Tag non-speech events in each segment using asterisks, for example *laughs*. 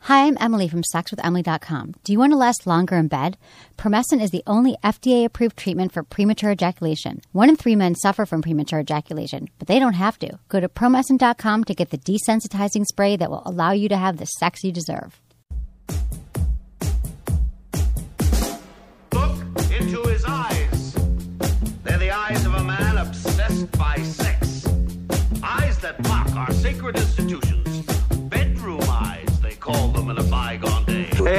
Hi, I'm Emily from SexWithEmily.com. Do you want to last longer in bed? Promessin is the only FDA approved treatment for premature ejaculation. One in three men suffer from premature ejaculation, but they don't have to. Go to Promessin.com to get the desensitizing spray that will allow you to have the sex you deserve. Look into his eyes. They're the eyes of a man obsessed by sex. Eyes that mock our sacred institutions. Bedroom eyes, they call them in a bygone day. Hey,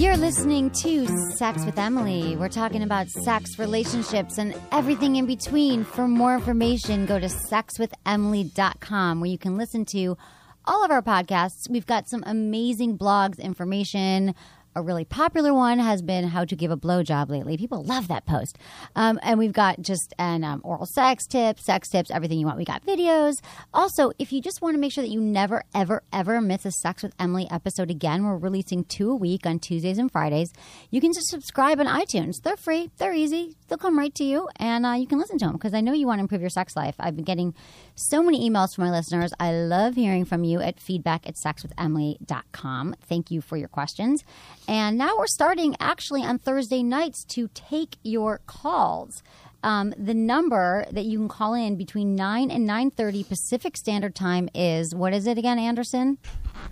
You're listening to Sex with Emily. We're talking about sex, relationships, and everything in between. For more information, go to sexwithemily.com where you can listen to all of our podcasts. We've got some amazing blogs, information. A really popular one has been how to give a blowjob lately. People love that post. Um, and we've got just an um, oral sex tips, sex tips, everything you want. We got videos. Also, if you just want to make sure that you never, ever, ever miss a Sex with Emily episode again, we're releasing two a week on Tuesdays and Fridays. You can just subscribe on iTunes. They're free, they're easy, they'll come right to you, and uh, you can listen to them because I know you want to improve your sex life. I've been getting so many emails from my listeners. I love hearing from you at feedback at sexwithemily.com. Thank you for your questions. And now we're starting actually on Thursday nights to take your calls. Um, the number that you can call in between 9 and 9.30 Pacific Standard Time is, what is it again, Anderson?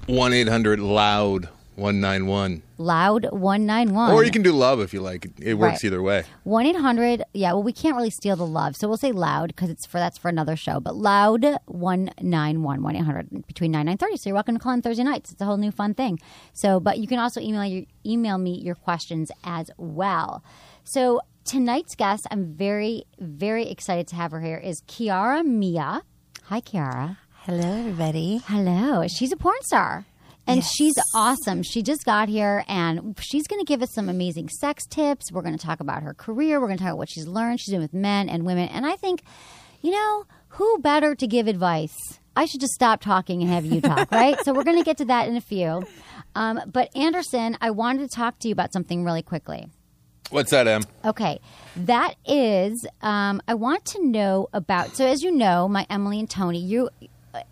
1 800 Loud 191. Loud 191. Or you can do love if you like. It works Right. either way. 1 800. Yeah, well, we can't really steal the love. So we'll say loud because it's for that's for another show. But loud 191 1 800 between 9 9 30. So you're welcome to call on Thursday nights. It's a whole new fun thing. So, but you can also email, your, email me your questions as well. So tonight's guest, I'm very, very excited to have her here, is Kiara Mia. Hi, Kiara. Hello, everybody. Hello. She's a porn star. And she's awesome. She just got here and she's going to give us some amazing sex tips. We're going to talk about her career. We're going to talk about what she's learned. She's doing with men and women. And I think, you know, who better to give advice? I should just stop talking and have *laughs* you talk, right? So we're going to get to that in a few. Um, but Anderson, I wanted to talk to you about something really quickly. What's that, Em? Okay, that is. Um, I want to know about. So, as you know, my Emily and Tony, you. uh,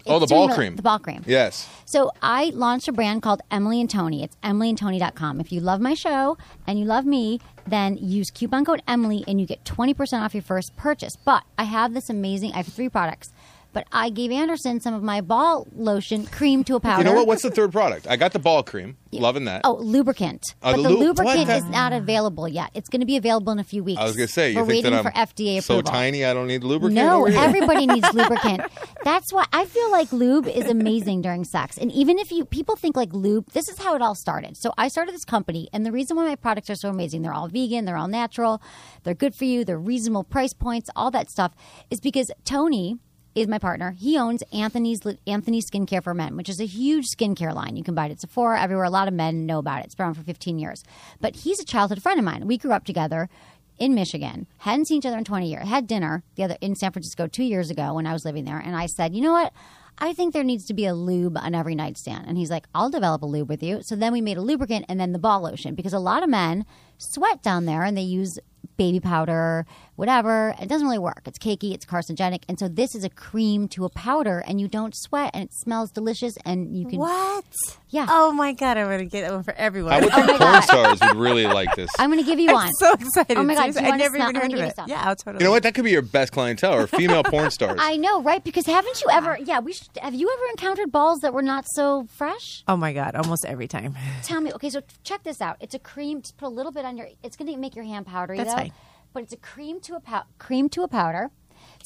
Oh, the it's doing ball really- cream. The ball cream. Yes. So I launched a brand called Emily and Tony. It's emilyandtony.com. If you love my show and you love me, then use coupon code Emily and you get 20% off your first purchase. But I have this amazing, I have three products. But I gave Anderson some of my ball lotion cream to a powder. You know what? What's the third product? I got the ball cream. Loving that. Oh, lubricant. Oh, but the the lu- what? lubricant is not available yet. It's going to be available in a few weeks. I was going to say, you we're think waiting that I'm for FDA approval. so tiny I don't need lubricant? No, over here? everybody *laughs* needs lubricant. That's why I feel like lube is amazing during sex. And even if you people think like lube, this is how it all started. So I started this company, and the reason why my products are so amazing, they're all vegan, they're all natural, they're good for you, they're reasonable price points, all that stuff, is because Tony is my partner. He owns Anthony's Anthony Skincare for Men, which is a huge skincare line. You can buy it at Sephora, everywhere. A lot of men know about it. It's been around for 15 years. But he's a childhood friend of mine. We grew up together in Michigan. Hadn't seen each other in 20 years. Had dinner the other in San Francisco 2 years ago when I was living there and I said, "You know what? I think there needs to be a lube on every nightstand." And he's like, "I'll develop a lube with you." So then we made a lubricant and then the ball lotion because a lot of men sweat down there and they use baby powder, whatever. It doesn't really work. It's cakey, it's carcinogenic. And so this is a cream to a powder and you don't sweat and it smells delicious and you can What? Yeah. Oh my god, I'm gonna get that one for everyone. *laughs* Oh I would I'm *laughs* think porn stars would really like this. I'm going to give you one. so excited. Oh my God, Seriously, do you I wanna never even smell- heard I'm gonna of give you it. some. Yeah, I'll totally. you know what? That could be your best clientele or female porn stars. *laughs* I know, right? Because haven't you ever? Yeah, we should. Have you ever encountered balls that were not so fresh? Oh my god, almost every time. Tell me. Okay, so check this out. It's a cream. Just put a little bit on your. It's going to make your hand powdery. That's though, fine. But it's a cream to a pow- cream to a powder.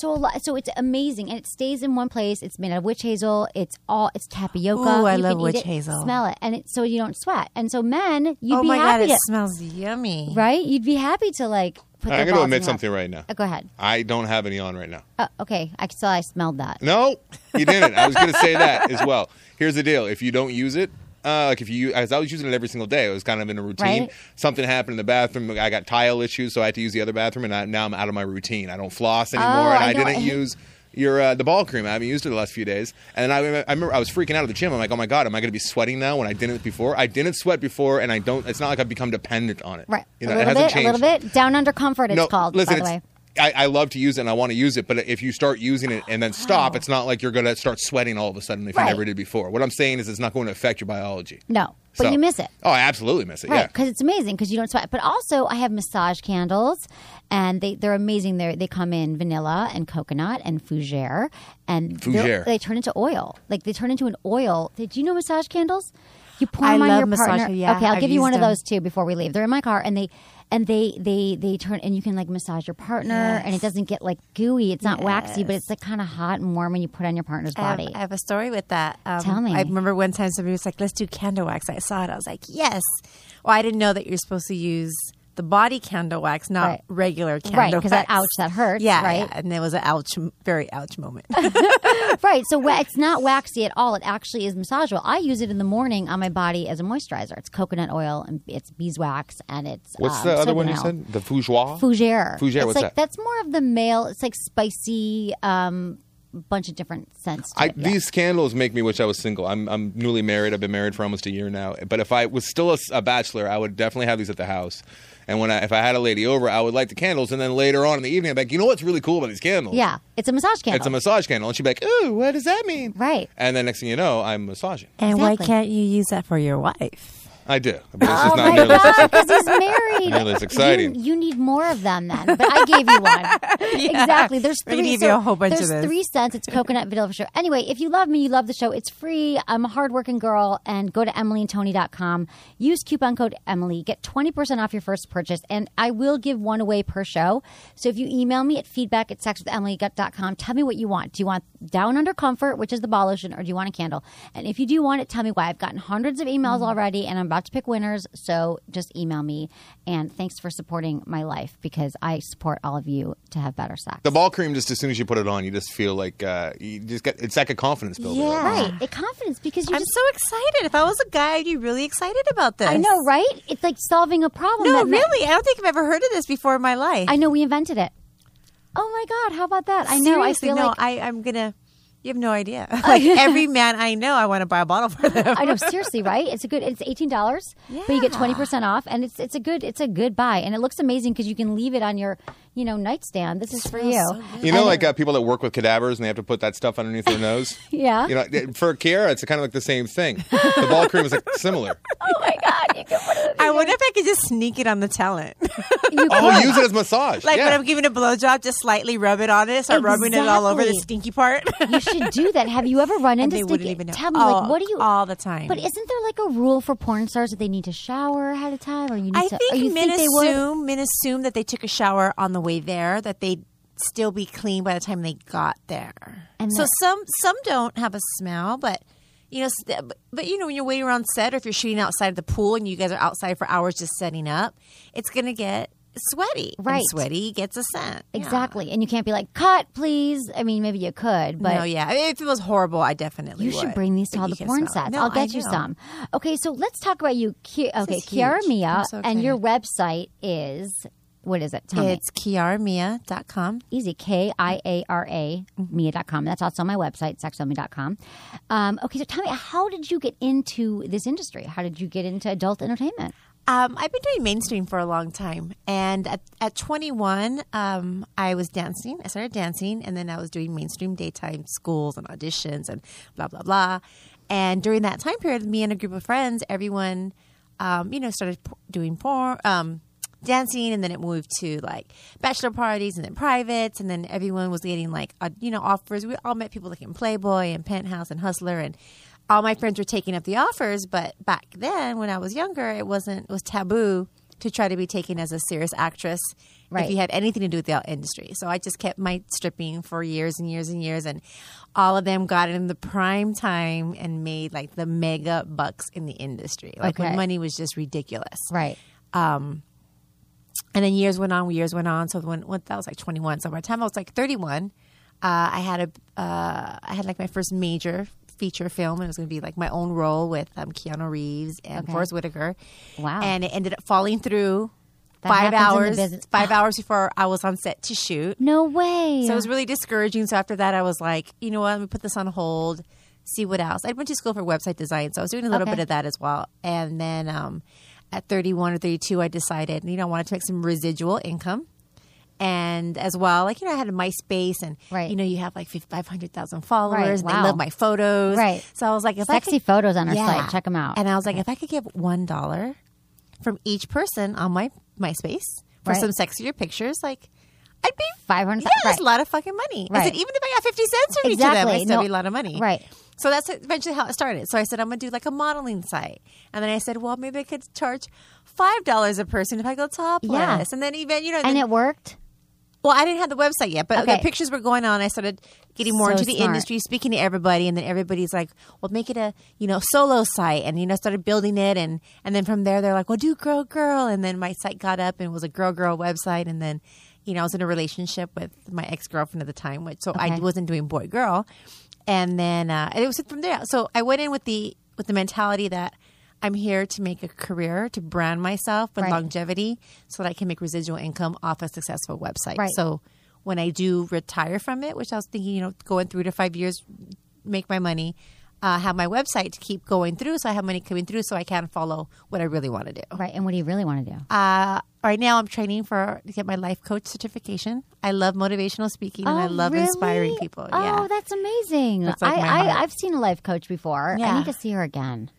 So a lot, so it's amazing, and it stays in one place. It's made out of witch hazel. It's all it's tapioca. Ooh, I You love can eat witch it, hazel. Smell it, and it's so you don't sweat. And so men, you'd oh be my god, happy it to smells yummy. right. You'd be happy to like. Put I'm going to admit something right now. Uh, go ahead. I don't have any on right now. Uh, okay, I *laughs* saw I smelled that. No, you didn't. I was going to say that as well. Here's the deal: if you don't use it, uh, like if you, as I was using it every single day, it was kind of in a routine. Right. Something happened in the bathroom. I got tile issues, so I had to use the other bathroom, and I, now I'm out of my routine. I don't floss anymore, and Oh, I I, know. didn't use your uh, the ball cream. I haven't used it the last few days, and I, remember- I remember I was freaking out of the gym. I'm like, oh my god, am I going to be sweating now when I didn't before? I didn't sweat before, and I don't. It's not like I've become dependent on it. Right. You know, a it little hasn't bit, changed. a little bit. Down under comfort, it's called, Listen, by the way. it's- I, I love to use it and I want to use it, but if you start using it and then stop, it's not like you're going to start sweating all of a sudden if Oh. Right. you never did before. What I'm saying is it's not going to affect your biology. No, but So- you miss it. Oh, I absolutely miss it. Right, Yeah. because it's amazing because you don't sweat. But also, I have massage candles, and they they're amazing. They they come in vanilla and coconut and fougere, and they'll- Fougere. They turn into oil. Like they turn into an oil. Did you know massage candles? You pour I them on love your massage- partner. yeah, okay, I'll I've give you one used of those them. too before we leave. They're in my car, and they. And they, they, they turn, and you can like massage your partner, and it doesn't get like gooey. It's not waxy, but it's like kind of hot and warm when you put it on your partner's I have, body. I have a story with that. Um, Tell me. I remember one time somebody was like, "Let's do candle wax." I saw it. I was like, "Yes." Well, I didn't know that you're supposed to use the body candle wax, not Right. regular candle Right, 'cause that wax. ouch, that hurts, Yeah, right? yeah. And it was an ouch, very ouch moment. Right. So wa- it's not waxy at all. It actually is massage oil. I use it in the morning on my body as a moisturizer. It's coconut oil and it's beeswax and it's um, soap and oil. The fougere? Fougere. Fougere, It's what's like, that? That's more of the male. It's like spicy, um, bunch of different scents. To I, it, yeah. These candles make me wish I was single. I'm, I'm newly married. I've been married for almost a year now. But if I was still a, s- a bachelor, I would definitely have these at the house. And when I, if I had a lady over, I would light the candles. And then later on in the evening, I'm like, you know what's really cool about these candles? yeah. It's a massage candle. It's a massage candle. And she'd be like, ooh, what does that mean? Right. And then next thing you know, I'm massaging. and Exactly. why can't you use that for your wife? I do. But this Oh is not my nearly god! as- *laughs* Because he's married. Nearly as exciting. You, you need more of them then. But I gave you one. *laughs* Exactly. There's We're three. gonna give you a whole bunch of there's this. three cents. It's coconut vanilla for show. Anyway, if you love me, you love the show. It's free. I'm a hardworking girl, and go to emilyandtony.com. Use coupon code Emily. Get 20% off your first purchase, and I will give one away per show. So if you email me at feedback at sexwithemilygut.com, tell me what you want. Do you want down under comfort, which is the ball lotion, or do you want a candle? And if you do want it, tell me why. I've gotten hundreds of emails already, and I'm about to pick winners. So just email me, and thanks for supporting my life because I support all of you to have better sex. the ball cream, just as soon as you put it on, you just feel like uh, you just get. It's like a confidence builder. Right. It confidence because you I'm just so excited. If I was a guy, I'd be really excited about this. I know, right? It's like solving a problem. No, that- really, I don't think I've ever heard of this before in my life. I know we invented it. Oh my god, how about that? I know. Seriously, I feel no, like I, I'm gonna. You have no idea. *laughs* Like every man I know, I want to buy a bottle for them. *laughs* I know, seriously, right? It's a good. It's eighteen dollars, but you get twenty percent off, and it's it's a good it's a good buy, and it looks amazing because you can leave it on your you know nightstand. This is for you. You know, like uh, people that work with cadavers and they have to put that stuff underneath their nose. *laughs* Yeah. You know, th- for Kiara, it's kind of like the same thing. The ball cream is like similar. oh my god, you can put it. *laughs* I wonder if I could just sneak it on the talent. *laughs* *laughs* You Oh, could. use it as massage. like yeah. when I'm giving a blowjob, just slightly rub it on it, start rubbing it all over the Exactly. stinky part. You should do that. Have you ever run and into they stinky- wouldn't even know. Tell me, Oh, like, what do you all the time? But isn't there like a rule for porn stars that they need to shower ahead of time, or you need I to? think or you men think they would? assume men assume that they took a shower on the way there, that they'd still be clean by the time they got there. And so that- some some don't have a smell, but you know, s- but- but you know when you're waiting around set or if you're shooting outside of the pool and you guys are outside for hours just setting up, it's gonna get sweaty. And Right. sweaty gets a scent. Yeah. Exactly. And you can't be like, cut, please. I mean, maybe you could, but no, yeah. I mean, if it was horrible, I definitely you would. should bring these to But all you the can porn smell it. sets. No, I'll I get you know. some. Okay, so let's talk about you. Ki- okay, is Kiara huge. Mia, I'm so and your website is, what is it? Tell me. It's kiaramia.com. Easy. K I A R A Mm-hmm. Mia.com. That's also my website, sexomi.com. Um, okay, so tell me, how did you get into this industry? How did you get into adult entertainment? Um, I've been doing mainstream for a long time, and at, at 21, um, I was dancing. I started dancing, and then I was doing mainstream daytime schools and auditions and blah blah blah. And during that time period, me and a group of friends, everyone, um, you know, started p- doing porn, um, dancing, and then it moved to like bachelor parties and then privates, and then everyone was getting like uh, you know offers. We all met people like in Playboy and Penthouse and Hustler and all my friends were taking up the offers, but back then when I was younger, it wasn't it was taboo to try to be taken as a serious actress Right. if you had anything to do with the industry. So I just kept my stripping for years and years and years and all of them got in the prime time and made like the mega bucks in the industry. Like Okay. when money was just ridiculous. Um, Right. And then years went on, years went on. So when, when that was like 21, so by the time I was like 31, uh, I had a uh, I had like my first major feature film, and it was going to be like my own role with um, Keanu Reeves and Okay. Forrest Whitaker. Wow. And it ended up falling through That five happens in the hours business. five hours before I was on set to shoot. No way. So it was really discouraging. So after that, I was like, you know what? Let me put this on hold. See what else. I went to school for website design, so I was doing a little Okay. bit of that as well. And then um, at 31 or 32, I decided, you know, I wanted to make some residual income. And as well, like, you know, I had a MySpace and, Right. you know, you have like 500,000 followers. Right, They wow. love my photos. Right. So I was like, if I Sexy could, photos on our site. Check 'em out. And I was like, if I could give $1 from each person on my MySpace for Right. some sexier pictures, like, I'd be 500 yeah, that's a lot of fucking money. I Right. said, even if I got 50 cents from each of them, I Exactly. still No. be a lot of money. Right. So that's eventually how it started. So I said, I'm going to do like a modeling site. And then I said, well, maybe I could charge $5 a person if I go topless. Yeah. And then even, you know, and then- it worked. well, I didn't have the website yet, but Okay. the pictures were going on. I started getting more So into the smart. industry, speaking to everybody, and then everybody's like, "Well, make it a you know solo site," and you know started building it, and and then from there they're like, "Well, do girl girl," and then my site got up and was a girl girl website, and then you know I was in a relationship with my ex girlfriend at the time, which so I Okay. wasn't doing boy girl, and then uh, and it was from there. So I went in with the with the mentality that. I'm here to make a career, to brand myself with Right. longevity so that I can make residual income off a successful website. Right. So when I do retire from it, which I was thinking, you know, going three to five years, make my money, uh, have my website to keep going through, so I have money coming through, so I can follow what I really want to do. Right. And what do you really want to do? Uh, right now, I'm training for to get my life coach certification. I love motivational speaking, and I Oh, love inspiring really? people. Oh, yeah. that's amazing. That's like I, my heart. I, I've seen a life coach before. I Yeah. need to see her again.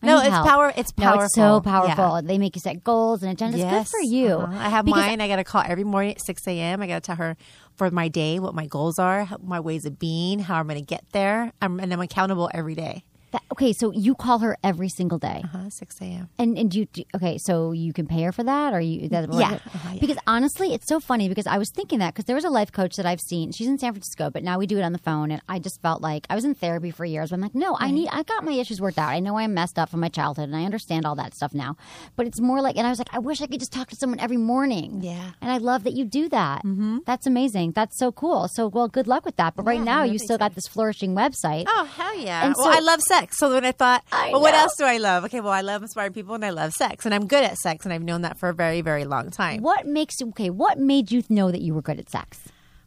I No, need it's help. power- it's No, it's so powerful. Yeah. powerful. They make you set goals and agendas. Good for you. Uh-huh. I have Because- mine. I got to call every morning at 6 a.m. I got to tell her for my day what my goals are, how- my ways of being, how I'm going to get there. I'm, and I'm accountable every day. That- okay, so you call her every single day, Uh, 6 a.m. and and you do, okay, so you can pay her for that, or you that Yeah. Uh-huh, yeah. Because honestly, it's so funny because I was thinking that because there was a life coach that I've seen. She's in San Francisco, but now we do it on the phone, and I just felt like I was in therapy for years. But I'm like, no, I need I got my issues worked out. I know I messed up from my childhood, and I understand all that stuff now. But it's more like, and I was like, I wish I could just talk to someone every morning. Yeah. and I love that you do that. Mm-hmm. That's amazing. That's so cool. So well, good luck with that. But right now, you still got this flourishing website. Oh hell yeah! And well, so- I love sex. So then I thought, I well, what know. else do I love? Okay, well, I love inspiring people, and I love sex, and I'm good at sex, and I've known that for a very, very long time. What makes you okay? What made you know that you were good at sex?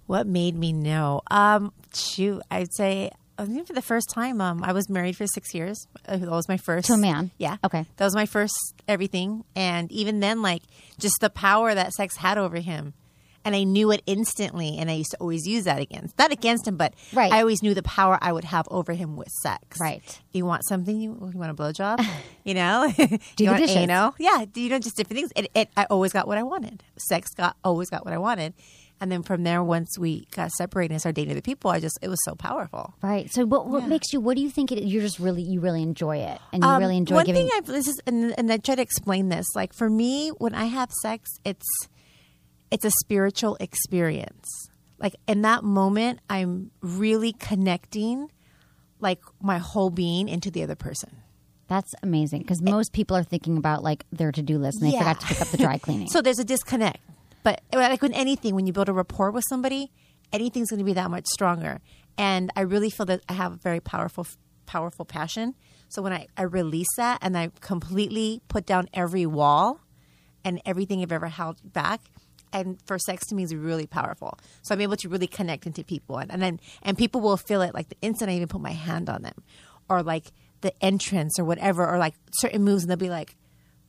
What made me know? Um, shoot, I'd say I think for the first time, um, I was married for six years. Uh, That was my first To a man? Yeah. Okay. That was my first everything, and even then, like just the power that sex had over him. And I knew it instantly, and I used to always use that against not against him, but Right. I always knew the power I would have over him with sex. Right. You want something? You, you want a *laughs* blowjob? You know? Do the *laughs* you want dishes. anal? Yeah. Do you know just different things? It, it, I always got what I wanted. Sex got always got what I wanted, and then from there, once we got separated and started dating other people, I just it was so powerful. Right. So what what makes you? What do you think? It, you're just really you really enjoy it, and you Um, really enjoy one giving. thing I've this is and, and I try to explain this. Like for me, when I have sex, it's it's a spiritual experience. Like in that moment, I'm really connecting, like my whole being into the other person. that's amazing because most people are thinking about like their to do list and they Yeah. *laughs* forgot to pick up the dry cleaning. So there's a disconnect. But like with anything, when you build a rapport with somebody, anything's going to be that much stronger. And I really feel that I have a very powerful, powerful passion. So when I, I release that and I completely put down every wall and everything I've ever held back, and for sex to me is really powerful. So I'm able to really connect into people, and and then, and people will feel it like the instant I even put my hand on them, or like the entrance or whatever, or like certain moves, and they'll be like,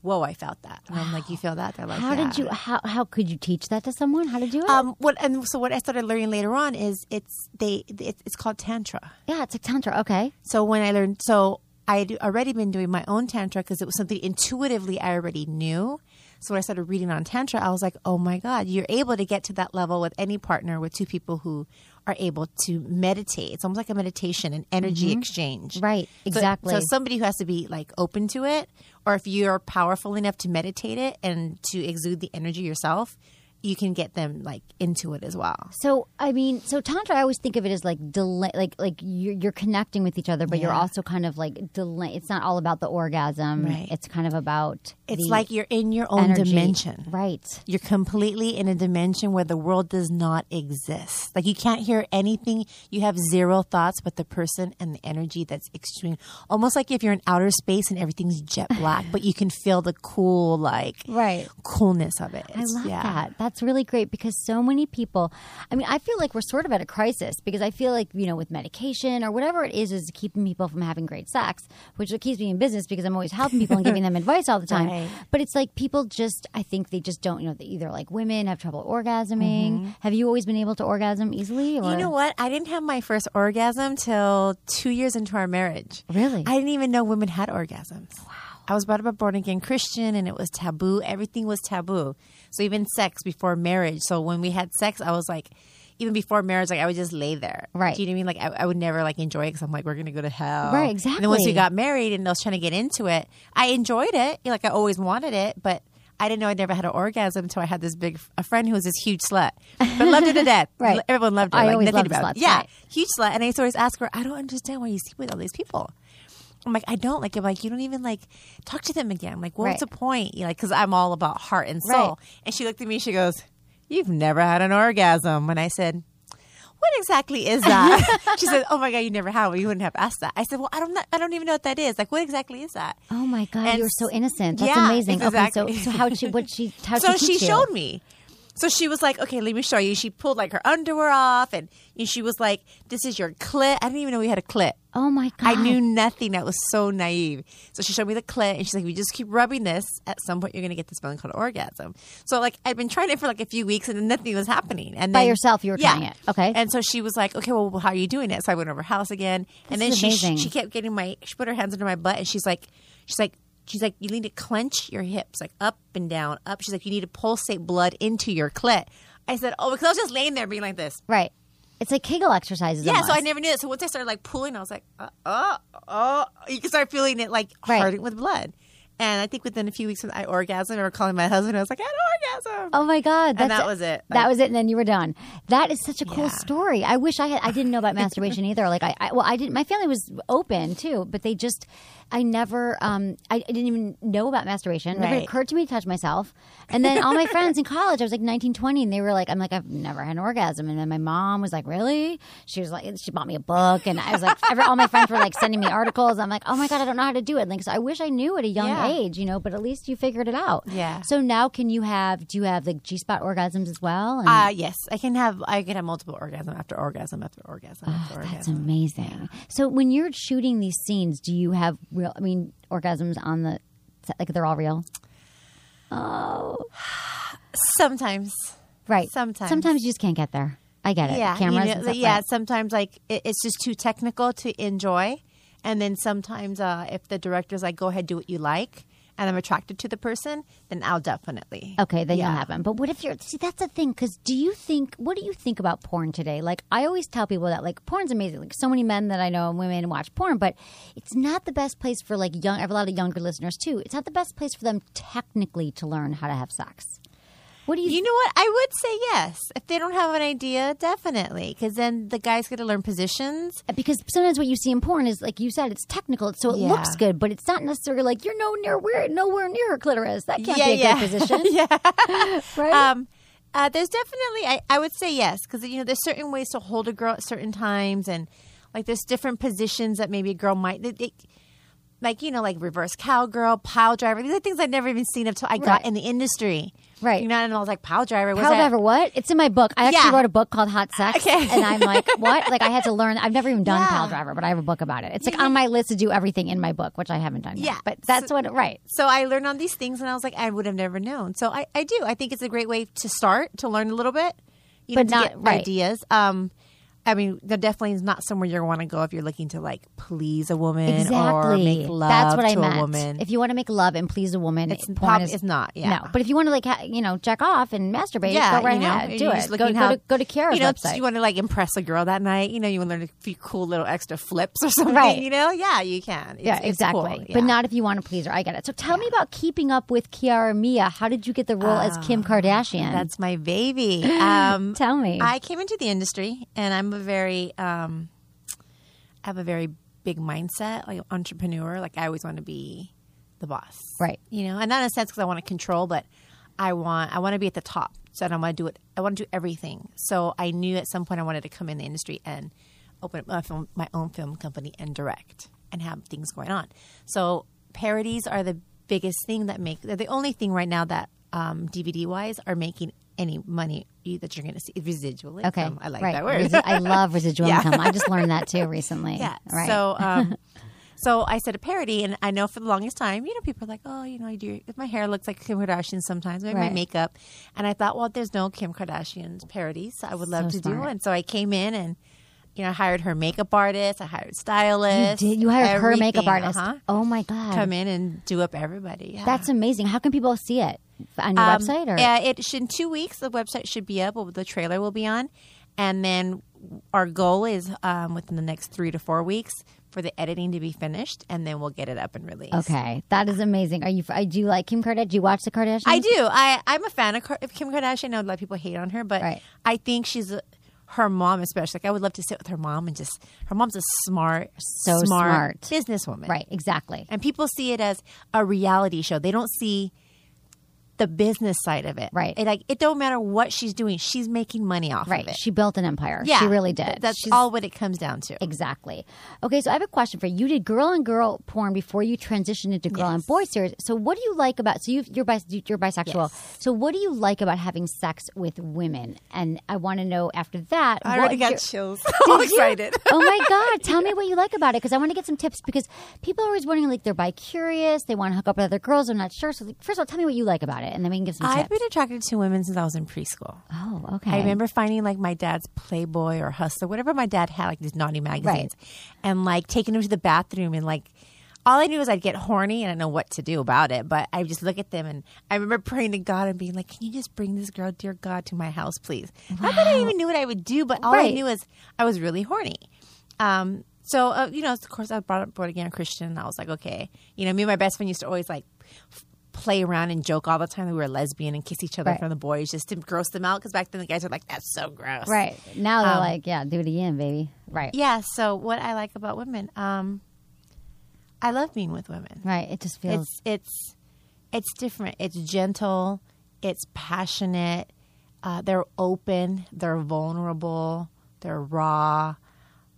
"Whoa, I felt that," and I'm like, "You feel that?" They're like, how "Yeah." did you? How how could you teach that to someone? How did you? do it? Um, what and so what I started learning later on is it's they it's, it's called tantra. yeah, it's like tantra. Okay. So when I learned, so I had already been doing my own tantra because it was something intuitively I already knew. So when I started reading on tantra, I was like, oh my god, you're able to get to that level with any partner with two people who are able to meditate. It's almost like a meditation, an energy exchange, Mm-hmm. Right, So- exactly. So, somebody who has to be like open to it, or if you're powerful enough to meditate it and to exude the energy yourself. you can get them like into it as well. So I mean, so tantra, I always think of it as like delay, like like you're, you're connecting with each other, but you're Yeah. also kind of like delay. It's not all about the orgasm. Right. It's kind of about It's the like you're in your own energy. dimension. right? You're completely in a dimension where the world does not exist. Like you can't hear anything. You have zero thoughts but the person and the energy that's extreme. Almost like if you're in outer space and everything's jet *laughs* black, but you can feel the cool like Right. coolness of it. I It's- love yeah. that. That's really great because so many people. I mean, I feel like we're sort of at a crisis because I feel like you know, with medication or whatever it is, is keeping people from having great sex, which is what keeps me in business because I'm always helping people and *laughs* giving them advice all the time. Right. But it's like people just, I think they just don't. You know, they either like women have trouble orgasming. Have you always been able to orgasm easily? Or? Mm-hmm. You know what? I didn't have my first orgasm till two years into our marriage. Really? I didn't even know women had orgasms. Wow. I was brought up a born again Christian and it was taboo. Everything was taboo. So even sex before marriage. So when we had sex, I was like, even before marriage, like I would just lay there. Right. Do you know what I mean? Like I, I would never like enjoy it because I'm like, we're going to go to hell. Right, And then once exactly. we got married and I was trying to get into it, I enjoyed it. Like I always wanted it, but I didn't know I'd never had an orgasm until I had this big, a friend who was this huge slut, but loved her to death. *laughs* Right. Everyone loved her. I like, always nothing loved about it. sluts, Yeah. right. Huge slut. And I used to always ask her, I don't understand why you sleep with all these people. I'm like, I don't like. I'm like, you don't even like talk to them again. I'm like, well, Right. what's the point? You know, like, because I'm all about heart and soul. Right. And she looked at me. She goes, "You've never had an orgasm." And I said, "What exactly is *laughs* that?" she said, "Oh my god, you never have. Well, you wouldn't have asked that." I said, "Well, I don't. know- I don't even know what that is. Like, what exactly is that?" Oh my god, And you were so innocent. That's yeah, amazing. exactly. Okay, so so how she what *laughs* she how so she she, showed me. So she was like, "Okay, let me show you." She pulled like her underwear off, and, and she was like, "This is your clit." I didn't even know we had a clit. Oh my I god, knew nothing. That was so naive. So she showed me the clit, and she's like, "We just keep rubbing this. At some point, you're going to get this feeling called orgasm." So like, I'd been trying it for like a few weeks, and then nothing was happening. And By then- yourself, you were yeah. trying it. Okay. And so she was like, "Okay, well, how are you doing it?" So I went over her house again, and This then is she amazing. she kept getting my. She put her hands under my butt, and she's like, she's like. She's like, you need to clench your hips, like up and down, up. She's like, you need to pulsate blood into your clit. I said, oh, because I was just laying there being like this. Right. It's like Kegel exercises. Yeah, almost. so I never knew that. So once I started like pulling, I was like, uh, uh, uh, you can start feeling it like Right. hardening with blood. And I think within a few weeks, I orgasmed. I remember calling my husband. I was like, I had an orgasm. Oh my god! And that's that was it. That Like- was it, and then you were done. That is such a cool Yeah. story. I wish I had. I didn't know *laughs* about masturbation either. Like I, I, well, I didn't. My family was open too, but they just, I never, um, I, I didn't even know about masturbation. It Never Right. occurred to me to touch myself. And then all my friends in college, I was like 19, 20, and they were like, I'm like, I've never had an orgasm. And then my mom was like, really? She was like, she bought me a book, and I was like, every, all my friends were like sending me articles. I'm like, oh my god, I don't know how to do it. Like, so I wish I knew at a young Yeah. age, you know. But at least you figured it out. Yeah. So now, can you have? Do you have like G spot orgasms as well? And- Uh, yes, I can have. I can have multiple orgasm after orgasm after orgasm after orgasm. Ah, that's amazing. So when you're shooting these scenes, do you have real? I mean, orgasms on the set, like they're all real, Sometimes, right? Sometimes. Oh, sometimes you just can't get there. I get it. yeah, you cameras. know, and stuff, yeah. right. Sometimes like it, it's just too technical to enjoy, and then sometimes uh, if the director's like, go ahead, do what you like, and I'm attracted to the person, then I'll definitely. Okay, then you'll Yeah. have them. But what if you're? See, that's the thing. Because do you think? What do you think about porn today? Like, I always tell people that like porn's amazing. Like, so many men that I know and women watch porn, but it's not the best place for like young. I have a lot of younger listeners too. It's not the best place for them technically to learn how to have sex. What do you? You know what? I would say yes. If they don't have an idea, definitely. Because then the guy's going to learn positions. because sometimes what you see in porn is like you said, it's technical, it's- so it Yeah. looks good, but it's not necessarily like you're no near where nowhere near her clitoris. That can't Yeah, be a yeah. *laughs* good position, *laughs* right? Um, uh, there's definitely, I, I would say yes. Because, you know, there's certain ways to hold a girl at certain times. And, like, there's different positions that maybe a girl might. They, they, like, you know, like reverse cowgirl, pile driver. These are things I'd never even seen until I got Right. in the industry. Right. You know, and I was like, pile driver. what's How that? ever what? It's in my book. I actually Yeah. wrote a book called Hot *laughs* Sex, Okay. *laughs* and I'm like, what? Like I had to learn. I've never even done Yeah. Pile Driver, but I have a book about it. It's like on my list to do everything in my book, which I haven't done yet. Yeah. But that's So- what right. so I learned on these things, and I was like, I would have never known. So I, I do. I think it's a great way to start to learn a little bit, you But know, not- to get right. ideas. Um, I mean, that definitely is not somewhere you want to go if you're looking to like please a woman or Exactly. make love That's what to I meant. a woman. If you want to make love and please a woman, It's porn prob- is- it's not, yeah. No, but if you want to like ha- you know jack off and masturbate, yeah, go right you know, ahead, and do you're it. just Go, looking go how- to go to Kira's you know, website. *laughs* You want to like impress a girl that night, you know, you want to learn a few cool little extra flips or *laughs* something, Right. you know? Yeah, you can. It's, yeah, it's exactly. cool. Yeah. But not if you want to please her. I get it. So tell me about keeping up with Kiara Mia. How did you get the role as Kim Kardashian? Ah, That's my *laughs* baby. Um, Tell me. I came into the industry, and I'm a very, um, I have a very big mindset, like entrepreneur. Like I always want to be the boss, Right. You know, and not in a sense because I want to control, but I want I want to be at the top. So I don't want to do it. I want to do everything. So I knew at some point I wanted to come in the industry and open up my, film, my own film company and direct and have things going on. So parodies are the biggest thing that make they're the only thing right now that um, DVD wise are making any money that you're going to see residual okay. income. I like right. that word. Resi- I *laughs* love residual income. I just learned that too recently. Yeah. Right. *laughs* So, um, so I said a parody, and I know for the longest time, you know, people are like, "Oh, you know, I do. My hair looks like Kim Kardashian sometimes. Maybe Right. my makeup." And I thought, well, there's no Kim Kardashian parodies. So I would love So to do smart. one. So I came in and. You know, I hired her makeup artist. I hired stylist. did you hired her makeup everything, artist? uh-huh. Oh my god. Come in and do up everybody. Yeah. That's amazing. How can people see it on your Um, website or Yeah, it should in two weeks. The website should be up. The trailer will be on, and then our goal is um, within the next three to four weeks for the editing to be finished, and then we'll get it up and released. Okay, that is amazing. Are you? I do you like Kim Kardashian. Do you watch the Kardashians? I do. I I'm a fan of Kar- of Kim Kardashian. I know a lot of people hate on her, but Right. I think she's a, her mom especially. Like I would love to sit with her mom and just her mom's a smart, So smart, smart. businesswoman, Right, exactly. And people see it as a reality show. They don't see the business side of it. Right. It, like it don't matter what she's doing, she's making money off Right. of it. She built an empire. yeah. She really Th- did. That's She's- all what it comes down to. Exactly. Okay, so I have a question for you. You did girl and girl porn before you transitioned into girl and boy series. So what do you like about? So you've, you're bis- you're bisexual. So what do you like about having sex with women? And I want to know after that. I already what got your- chills. *laughs* All excited. *laughs* oh my *laughs* god! Tell me what you like about it because I want to get some tips because people are always wondering like they're bi curious, they want to hook up with other girls. I'm not sure. So like, first of all, tell me what you like about it, and then we can give some I've tips. been attracted to women since I was in preschool. oh, okay. I remember finding like my dad's Playboy or Hustler, whatever my dad had, like these naughty magazines, and like taking them to the bathroom and like. All I knew was I'd get horny and I know what to do about it, but I just look at them and I remember praying to God and being like, "Can you just bring this girl, dear God, to my house, please?" Not that I even knew what I would do, but all I Right. knew was I was really horny. Um, so uh, you know, of course, I brought up born again Christian, and I was like, okay, you know, me and my best friend used to always like f- play around and joke all the time that we were lesbian and kiss each other Right. from the boys just to gross them out because back then the guys were like, that's so gross, Um, Right now they're like, yeah, do it again, baby. Right. Yeah. So what I like about women, um, I love being with women. Right. It just feels. It's it's it's different. It's gentle. It's passionate. Uh, they're open. They're vulnerable. They're raw.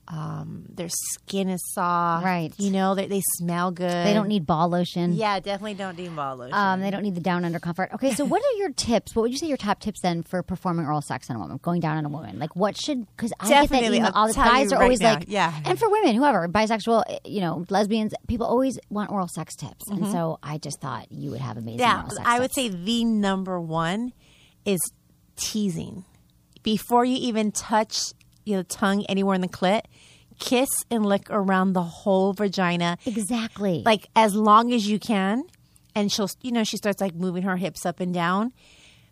Um, their skin is soft. Right. You know they they smell good. they don't need ball lotion. Yeah, definitely don't need ball lotion. Um, they don't need the down under comfort. Okay, so what are your tips? What would you say your top tips then for performing oral sex on a woman, going down on a woman? Like, what should? Because I get that Definitely, email. I'll All the tell you guys are right always now, like, yeah. And for women, whoever, bisexual, you know, lesbians, people always want oral sex tips. And so I just thought you would have amazing. Mm-hmm. yeah, oral sex I would tips. say the number one is teasing. Before you even touch your tongue anywhere in the clit, kiss and lick around the whole vagina. exactly. like as long as you can and she'll you know she starts like moving her hips up and down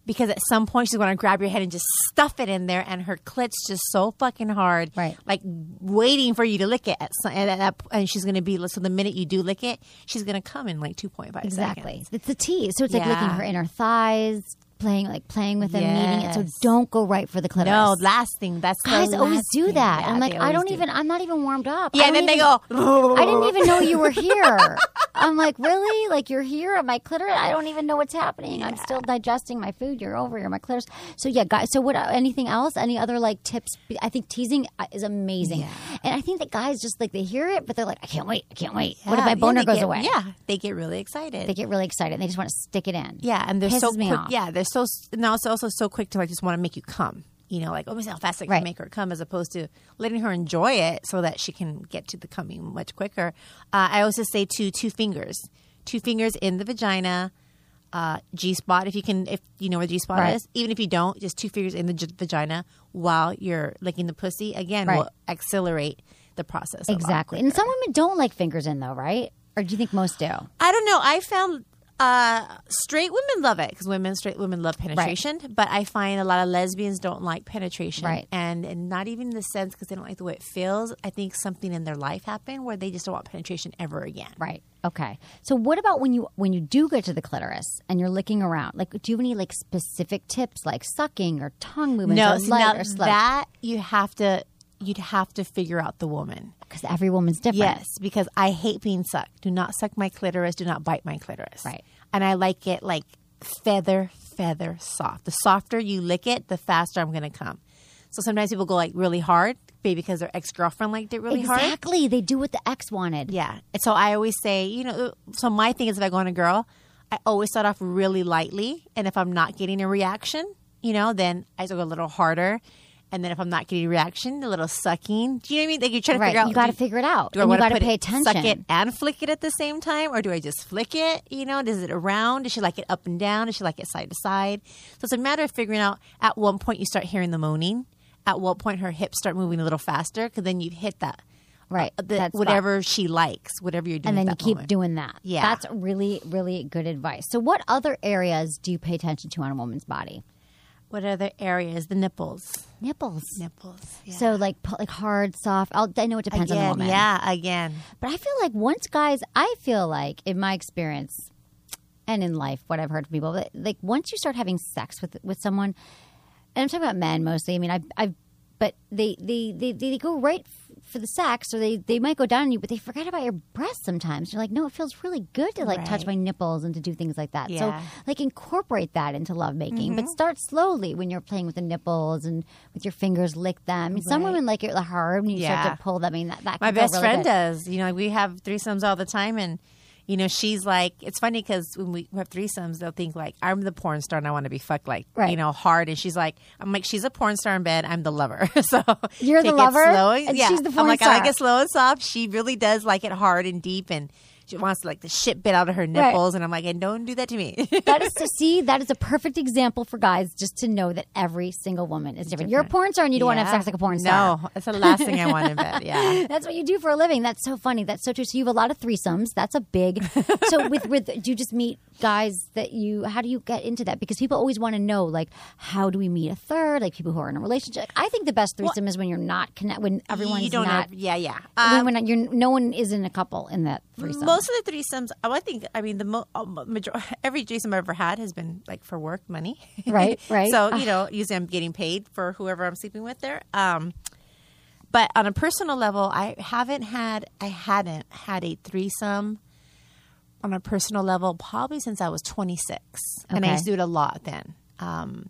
because at some point she's going to grab your head and just stuff it in there and her clit's just so fucking hard Right. like waiting for you to lick it at some, and, at that, and she's going to be so the minute you do lick it she's going to come in like 2.5 exactly. seconds It's the tease. So it's like licking Yeah. her inner thighs, playing like playing with them, kneading it. So Yes. don't go right for the clitoris. no last thing that's the guys always last do thing. that. Yeah, I'm like, they I always don't do. even. I'm not even warmed up. yeah I and then don't they even- go I didn't even know *laughs* you were here. I'm like, really? Like you're here at my clitoris? I don't even know what's happening. I'm still digesting my food. You're over here, my clitoris. So yeah, guys. So what? uh, Anything else? Any other like tips? I think teasing uh, is amazing, and I think that guys just like they hear it, but they're like, I can't wait. I can't wait. what if Yeah, my yeah, boner they goes get- away? yeah they get really excited they get really excited. and They just want to stick it in. Yeah, and they're Pisses so me quick. off. Yeah, they're so and also also so quick to like just want to make you come. You know, like oh, let me see how fast I can Right. make her come, as opposed to letting her enjoy it so that she can get to the coming much quicker. Uh, I also say two two fingers, two fingers in the vagina, uh, G spot if you can, if you know where the G spot Right. is. Even if you don't, just two fingers in the g- vagina while you're licking the pussy. Again, Right. will accelerate the process. a lot Exactly. quicker. And some women don't like fingers in, though, right? Or do you think most do? I don't know. I found uh, straight women love it because women, straight women love penetration. But I find a lot of lesbians don't like penetration, Right. And, and not even in the sense because they don't like the way it feels. I think something in their life happened where they just don't want penetration ever again. Right. Okay. So what about when you when you do get to the clitoris and you're licking around? Like, do you have any like specific tips, like sucking or tongue movements, No, or so light now or slow? that you have to, you'd have to figure out the woman. Because every woman's different. Yes, because I hate being sucked. Do not suck my clitoris. Do not bite my clitoris. Right. And I like it like feather, feather soft. The softer you lick it, the faster I'm going to come. So sometimes people go like really hard, maybe because their ex girlfriend liked it really hard. Exactly. They do what the ex wanted. Yeah. And so I always say, you know, so my thing is if I go on a girl, I always start off really lightly. And if I'm not getting a reaction, you know, then I go a little harder. And then if I'm not getting a reaction, a little sucking. Do you know what I mean? Like you're trying to Right. figure out. You got do to figure it out. do I and you want got to to pay attention. Suck it and flick it at the same time, or do I just flick it? You know, does it around? Does she like it up and down? Does she like it side to side? So it's a matter of figuring out. At one point, you start hearing the moaning. At what point her hips start moving a little faster? Because then you've hit that, uh, Right. the, That spot. whatever she likes, whatever you're doing. And at then that you keep moment. doing that. Yeah. That's really, really good advice. So, what other areas do you pay attention to on a woman's body? What other areas? The nipples. Nipples. Nipples. Yeah. So, like, pu- like hard, soft. I'll, I know it depends on the Again, woman. yeah, again. But I feel like once guys, I feel like in my experience and in life, what I've heard from people, that, like once you start having sex with with someone, and I'm talking about men mostly. I mean, I, I, but they they they, they go right f- for the sex, or they they might go down on you, but they forget about your breasts sometimes. You're like, no, it feels really good to like touch my nipples and to do things like that. Yeah. So like incorporate that into lovemaking, Mm-hmm. but start slowly when you're playing with the nipples and with your fingers lick them. I mean, Some Right. women like it hard when you Yeah. start to pull them. I mean, that, that my can feel best really friend good. does. You know, we have threesomes all the time, and you know, she's like, it's funny because when we have threesomes, they'll think like, I'm the porn star and I want to be fucked like, you Right. know, hard. And she's like, I'm like, she's a porn star in bed. I'm the lover. *laughs* so You're the take it lover, slow and yeah. she's the I'm porn like, I like star. it slow and soft. She really does like it hard and deep, and she wants like the shit bit out of her nipples. And I'm like, and don't do that to me. *laughs* that is to see that is a perfect example for guys just to know that every single woman is different. You're a porn star and you don't want to have Yeah. sex like a porn star. No, that's the last thing I want *laughs* in bed. Yeah. That's what you do for a living. That's so funny. That's so true. So you have a lot of threesomes. That's *laughs* a big. So with with do you just meet guys that you? How do you get into that? Because people always want to know like how do we meet a third? Like people who are in a relationship. I think the best threesome is when you're not connect when everyone's you don't not. have- yeah, Um, yeah. when, when you're no one is in a couple in that threesome. Most of the threesomes, oh, I think, I mean, the mo- uh, major- *laughs* every threesome I've ever had has been like for work money, *laughs* Right, right. Ah. so you know, usually I'm getting paid for whoever I'm sleeping with there. Um, but on a personal level, I haven't had, I hadn't had a threesome on a personal level probably since I was 26, and I Okay. used to do it a lot then. Um,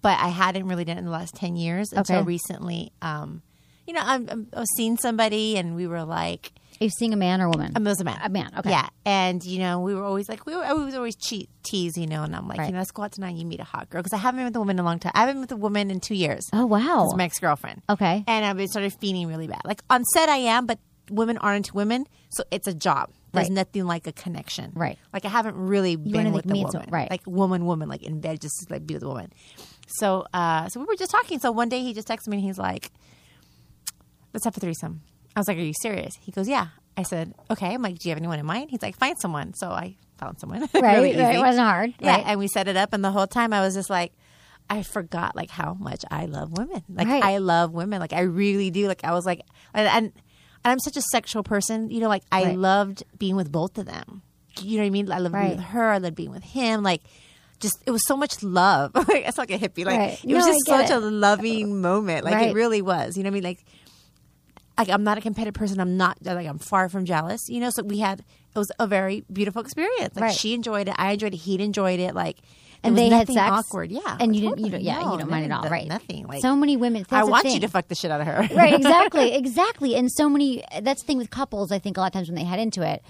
but I hadn't really done it in the last 10 years until Okay. recently. Um, you know, I'm, I'm, I've seen somebody, and we were like. Are you seeing a man or a woman? Um, it was a man. A man, okay. Yeah, and you know, we were always like, we were, I was always che- tease, you know, and I'm like, Right. you know, let's go out tonight. and You meet a hot girl because I haven't been with a woman in a long time. I haven't been with a woman in two years. Oh wow. It's my ex girlfriend. Okay. and I've been sort of feeling really bad. Like on set, I am, but women aren't women, so it's a job. There's Right. nothing like a connection. Right. Like I haven't really wanna, been like, with a meet woman. some- right. Like woman, woman, like in bed, just like be with a woman. So, uh, so we were just talking. So one day he just texted me and he's like, let's have a threesome. I was like, are you serious? He goes, yeah. I said, okay. I'm like, do you have anyone in mind? He's like, find someone. So I found someone. *laughs* *laughs* Right, really right. It easy. wasn't hard, Yeah. right. And we set it up. And the whole time I was just like, I forgot like how much I love women. Like Right. I love women. Like I really do. Like I was like, and, and and I'm such a sexual person. You know, like I Right. loved being with both of them. You know what I mean? I loved being Right. with her. I loved being with him. Like. Just it was so much love. *laughs* like, it's like a hippie. Like Right. it was No, I just get such it. a loving moment. Like Right. it really was. You know what I mean? Like like I'm not a competitive person. I'm not like I'm far from jealous. You know, so we had it was a very beautiful experience. Like Right. she enjoyed it, I enjoyed it, he enjoyed it. Like there and was they had nothing sex. awkward, yeah. and you didn't, you totally. don't, yeah, No, you don't mind at no, all, no- right? Nothing like so many women. I that's the want you thing. to fuck the shit out of her, *laughs* right, exactly, exactly. And so many. That's the thing with couples. I think a lot of times when they head into it,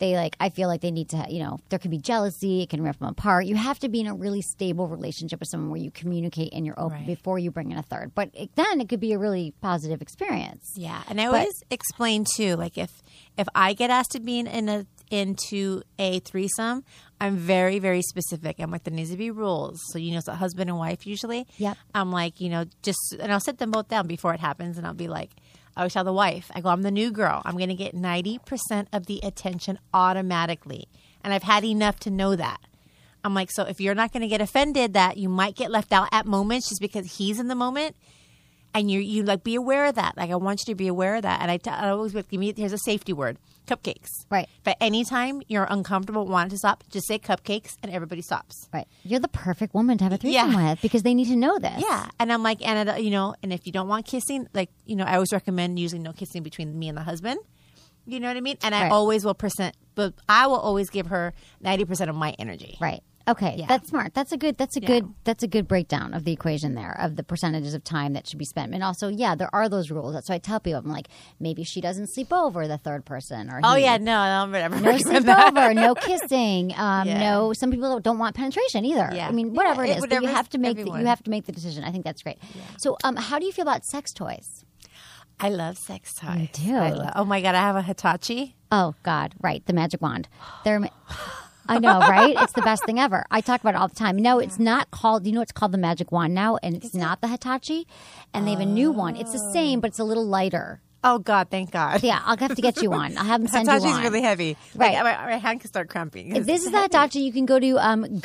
they like. I feel like they need to. You know, there could be jealousy. It can rip them apart. You have to be in a really stable relationship with someone where you communicate and you're open Right. before you bring in a third. But it, then it could be a really positive experience. Yeah, and I always explain too, like if if I get asked to be in, in a into a threesome, I'm very, very specific. I'm like, there needs to be rules. So, you know, it's a husband and wife usually. Yep. I'm like, you know, just, and I'll sit them both down before it happens. And I'll be like, I always tell the wife, I go, I'm the new girl. I'm going to get 90% of the attention automatically. And I've had enough to know that. I'm like, so if you're not going to get offended that you might get left out at moments just because he's in the moment, and you you like be aware of that. Like I want you to be aware of that. And I, t- I always like, give me here's a safety word: cupcakes. Right. But anytime you're uncomfortable, wanting to stop, just say cupcakes, and everybody stops. Right. You're the perfect woman to have a threesome Yeah. with because they need to know this. Yeah. And I'm like, and it, you know, and if you don't want kissing, like you know, I always recommend usually no kissing between me and the husband. You know what I mean? And I Right. always will percent, but I will always give her ninety percent of my energy. Right. Okay. Yeah. That's smart. That's a good. That's a good. That's a good breakdown of the equation there of the percentages of time that should be spent. And also, yeah, there are those rules. That's why I tell people, I'm like, maybe she doesn't sleep over the third person, or Oh he- yeah, *laughs* no, I'm never no sleep over, no kissing, um, Yeah. no. Some people don't want penetration either. Yeah. I mean, Yeah, whatever it- it is, but whatever you is have to make the, everyone. you have to make the decision. I think that's great. So, um, how do you feel about sex toys? *laughs* I love sex toys. do. I lo- oh my god, I have a Hitachi. Oh God, right, the magic wand. They're. ma- I know, right? It's the best thing ever. I talk about it all the time. No, it's not called. You know, it's called the magic wand now, and it's not the Hitachi. And they have a new one. It's the same, but it's a little lighter. Oh God, thank God. Yeah, I'll have to get you one. *laughs* I'll have them send you Hitachi's one. really heavy. Right. Like, my, my hand can start cramping. If this *laughs* is the Hitachi, you can go to um,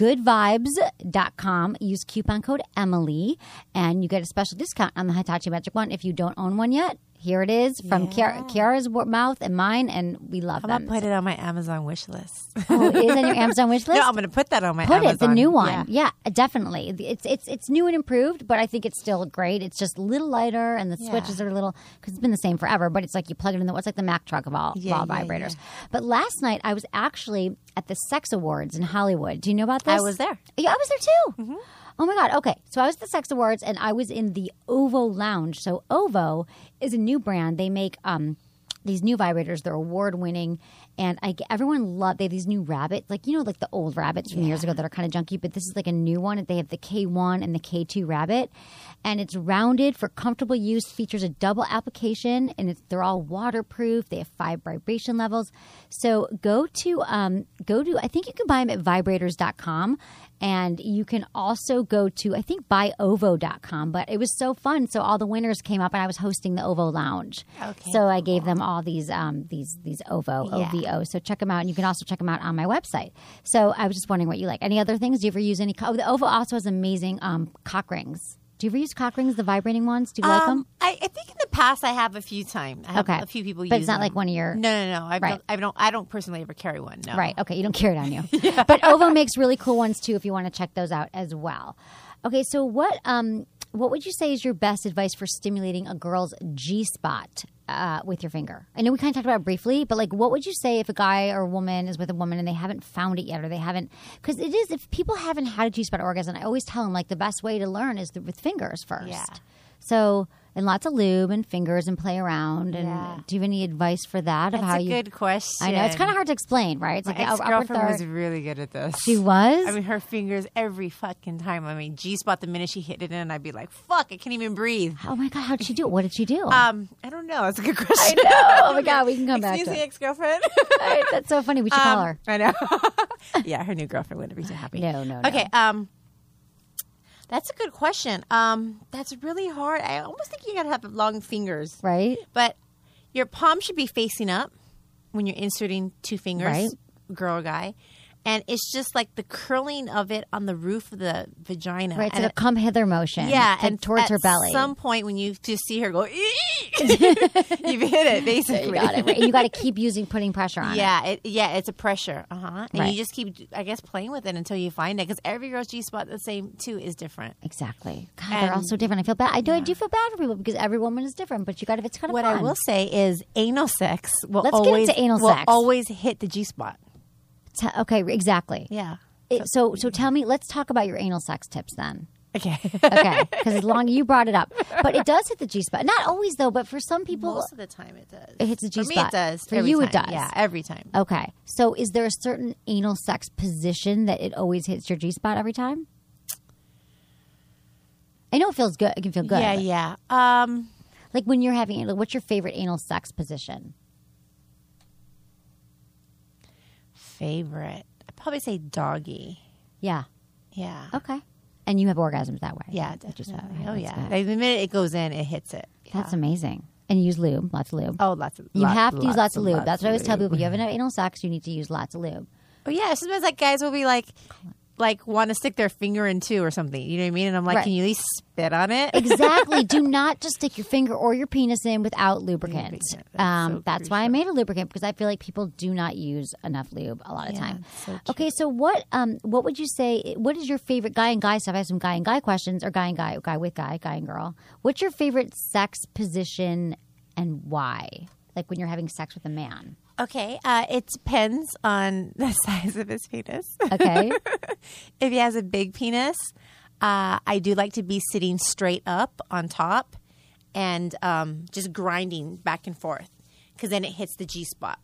goodvibes.com, use coupon code Emily, and you get a special discount on the Hitachi Magic Wand. If you don't own one yet, here it is from Kiara, Kiara's wo- mouth and mine, and we love I'm them. gonna put it on my Amazon wish list. Oh, it is on *laughs* your Amazon wish list? no, I'm gonna put that on my Put it, the Amazon. new one. Yeah. Yeah. definitely. It's it's it's new and improved, but I think it's still great. It's just a little lighter, and the Yeah. switches are a little because it's been the same forever. But it's like you plug it in the what's like the Mac truck of all, of Yeah, all yeah, vibrators. But last night I was actually at the Sex Awards in Hollywood. Do you know about this? I was there. Mm-hmm. Yeah, I was there too. Oh my god. Okay, so I was at the Sex Awards, and I was in the Ovo Lounge. So Ovo is a new brand. They make um these new vibrators. They're award winning, and I everyone love. They have these new rabbits, like you know, like the old rabbits from years ago that are kind of junky. But this is like a new one. They have the K one and the K two rabbit, and it's rounded for comfortable use. Features a double application, and it's, they're all waterproof. They have five vibration levels. So go to um, go to. I think you can buy them at vibrators.com. And you can also go to, I think, buyovo.com, but it was so fun. So all the winners came up, and I was hosting the Ovo Lounge. Okay. So I gave them all these um, these these OVO OVO. So check them out, and you can also check them out on my website. So I was just wondering what you like. Any other things? Do you ever use any? Co- oh, the OVO also has amazing um, cock rings. Do you ever use cock rings, the vibrating ones? Do you like them? Um, I, I think in the past I have a few times. I have Okay. a few people. But use it's not them. like one of your- No, no, no. I Right. don't. I don't. I don't personally ever carry one. No. Right. Okay. You don't carry *laughs* it on you. But Ovo makes really cool ones too. If you want to check those out as well. Okay. So what um what would you say is your best advice for stimulating a girl's G spot uh, with your finger? I know we kind of talked about it briefly, but like, what would you say if a guy or a woman is with a woman and they haven't found it yet, or they haven't? Because it is if people haven't had a G spot orgasm, I always tell them like the best way to learn is th- with fingers first. Yeah. So. And lots of lube and fingers and play around. And Yeah. do you have any advice for that? Of That's how a you? good question. I know it's kind of hard to explain, right? It's My the ex upper girlfriend was third. really good at this. She was? I mean, her fingers every fucking time. I mean, G spot the minute she hit it in, I'd be like, "Fuck, I can't even *laughs* breathe." Oh my god, how'd she do it? What did she *laughs* do? Um, I don't know. That's a good question. oh my god, we can come back Excuse to me, it. ex *laughs* girlfriend. All right, that's so funny. We should call her. I know. *laughs* yeah, her new girlfriend wouldn't be too happy. No, no, no. Okay. Um, that's a good question. Um, that's really hard. I almost think you gotta have long fingers, Right? But your palm should be facing up when you're inserting two fingers, Right. girl or guy, and it's just like the curling of it on the roof of the vagina, Right, so And the come hither motion. yeah, to- and towards at her belly. Some point when you just see her *laughs* go, *laughs* you've hit it basically. you got it. Right. You *laughs* got to keep using putting pressure on it. Yeah, it, yeah, it's a pressure. Uh huh. And Right. you just keep, I guess, playing with it until you find it because every girl's G spot the same too is different. Exactly. God, they're all And- so different. I feel bad. I do. I do feel bad for people because every woman is different. But you got to. It's kind of What fun. I will say is anal sex will Let's get always into anal will sex. always hit the G spot. T- okay. Exactly. Yeah. It- so so tell me. Let's talk about your anal sex tips then. Okay. Okay. Because as long you brought *laughs* it up, but it does hit the G spot. Not always though, but for some people, Most of the time it does. It hits the For me, G-spot. it does. For Every you, it time. does. Uh, Yeah, every time. Okay. So is there a certain anal sex position that it always hits your G spot every time? I know it feels good. It can feel good. Yeah, yeah. Um, Like when you're having anal, what's your favorite anal sex position? favorite. I'd probably say doggy. Yeah. Yeah. Okay. And you have orgasms that way. Yeah, Which is- definitely. Oh, that's yeah. good. Like, the minute it goes in, it hits it. That's Yeah. amazing. And you use lube, lots of lube. Oh, lots of you lot- have to use lots of lube. lots That's what I always tell lube. people. If you have an anal sex, you need to use lots of lube. Oh yeah, sometimes like guys will be like, like want to stick their finger in too or something. You know what I mean? And I'm like, Right. can you at least spit on it? *laughs* Exactly. Do not just stick your finger or your penis in without lubricant. Lubricant. That's um, so that's why I made a lubricant because I feel like people do not use enough lube a lot of time. so true. okay, so what um, what would you say? What is your favorite guy and guy stuff? I have some guy and guy questions, or guy and guy, guy with guy, guy and girl. What's your favorite sex position and why? Like when you're having sex with a man. Okay, uh, it depends on *laughs* the size of his penis. Okay. *laughs* if he has a big penis, uh, I do like to be sitting straight up on top and um, just grinding back and forth because then it hits the G spot.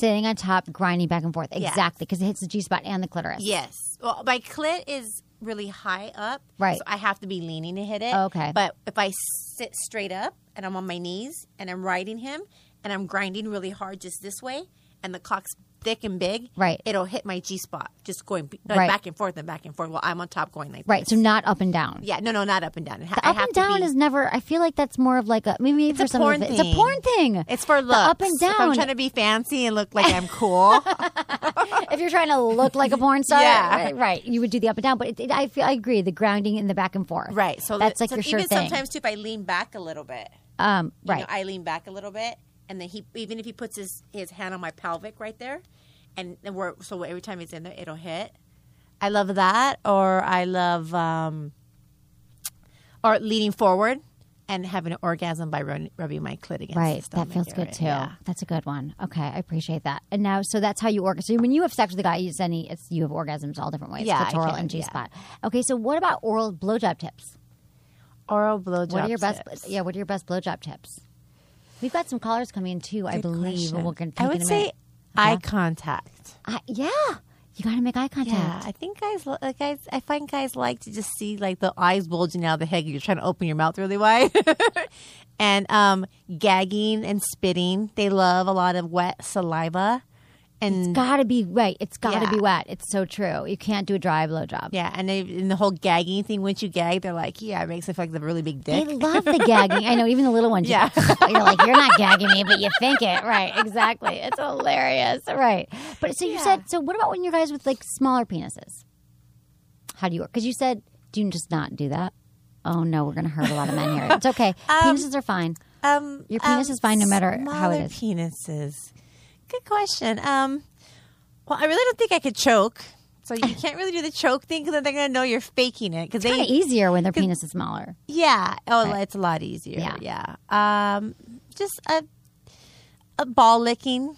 Sitting on top, grinding back and forth. Exactly, because it hits the G spot and the clitoris. Yes. Well, my clit is really high up. Right. So I have to be leaning to hit it. Okay. But if I sit straight up and I'm on my knees and I'm riding him and I'm grinding really hard just this way and the cock's thick and big, Right. it'll hit my G spot just going b- like Right. back and forth and back and forth while I'm on top going like Right, this. so not up and down. yeah, no, no, not up and down. It ha- The I up have and to down be- is never. I feel like that's more of like a maybe It's for a some porn of it, thing. it's a porn thing. It's for The looks. up and down. If I'm trying to be fancy and look like I'm *laughs* cool. if you're trying to look like a porn *laughs* star, Yeah. right, right, you would do the up and down. But it, it, I feel I agree. The grounding and the back and forth. right. So that's that- like so your sure even thing. sometimes too if I lean back a little bit. um, you right. know, I lean back a little bit, and then he even if he puts his his hand on my pelvic right there, and, and we're so every time he's in there, it'll hit. I love that, or I love um, or leaning forward and having an orgasm by run, rubbing my clit against. Right, the that stomach feels good area. too. Yeah. That's a good one. Okay, I appreciate that. And now, so that's how you orgasm. So when you have sex with a guy, it's any, it's you have orgasms all different ways. Yeah, I clitoral can, and G yeah. spot. Okay, so what about oral blowjob tips? Oral blowjob. what are your best? tips. Yeah, what are your best blowjob tips? We've got some callers coming in too, I Good believe. question. and We're gonna I take would in a say minute. eye contact. I, yeah, you got to make eye contact. Yeah, I think guys, li- like guys, I find guys like to just see like the eyes bulging out of the head. You're trying to open your mouth really wide, *laughs* and um, gagging and spitting. They love a lot of wet saliva, and Gotta be right. It's gotta Yeah. be wet. It's so true. You can't do a dry blowjob. yeah, and, they, and the whole gagging thing. Once you gag, they're like, yeah, it makes it feel like the really big They dick. love the *laughs* gagging. I know, even the little ones. you Yeah. go, you're like, you're *laughs* not gagging me, but you think it. Right, exactly. It's hilarious. Right. But so you said, so what about when you're guys with like smaller penises? How do you work? Because you said, do you just not do that? Oh no, we're going to hurt a lot of men here. It's *laughs* okay. penises are fine. Um, Your penis is fine no matter how it smaller is. Penises. Good question. Um, well, I really don't think I could choke. So you can't really do the choke thing because they're gonna know you're faking it because Kind they of easier when their penis is smaller. Yeah. Oh, it's a lot easier. Yeah. Um, just a a ball licking.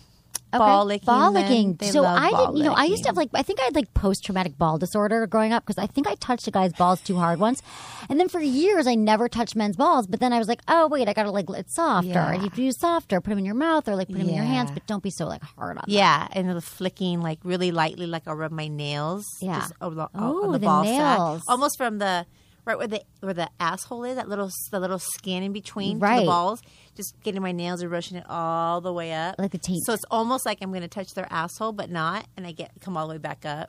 Ball Okay. licking. Ball then. licking. They So love I ball didn't, you know, I used to have licking. like, I think I had like post traumatic ball disorder growing up because I think I touched a guy's balls too hard once. And then for years, I never touched men's balls. But then I was like, oh, wait, I got to like, it's softer. Yeah. You have to use softer. Put them in your mouth or like put them in your hands, Yeah. but don't be so like hard on them. Yeah, and the flicking like really lightly, like I'll rub my nails. Yeah. Just al- al- Oh, on the, the ball nails. sack, almost from the right where the where the asshole is, that little s- the little skin in between to Right. the balls. Just getting my nails and rushing it all the way up, Like a taint. So it's almost like I'm going to touch their asshole, but not, and I get come all the way back up.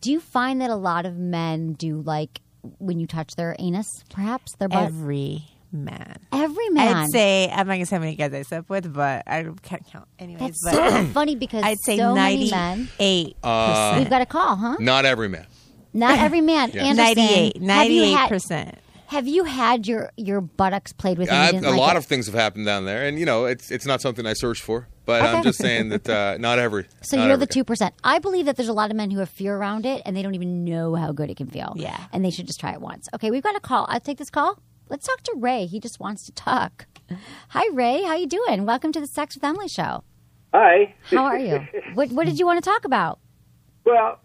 Do you find that a lot of men do like when you touch their anus, perhaps their butt? Every man. Every man. I'd say I'm not gonna say how many guys I slept with, but I can't count. Anyways, That's but *laughs* so *coughs* funny because I'd say so many men. ninety-eight We've percent, got a call, huh? Uh, Not every man. Not every man. Anderson, ninety-eight, have you ninety-eight had- percent. Have you had your your buttocks played with? and you I've, didn't a like lot it? of things have happened down there, and you know, it's it's not something I search for. But I'm just saying that uh, not every. So not you're every the two percent. I believe that there's a lot of men who have fear around it, and they don't even know how good it can feel. Yeah. and they should just try it once. Okay, we've got a call. I'll take this call. Let's talk to Ray. He just wants to talk. Hi, Ray. How you doing? Welcome to the Sex with Emily show. Hi. How are you? what What did you want to talk about? *laughs*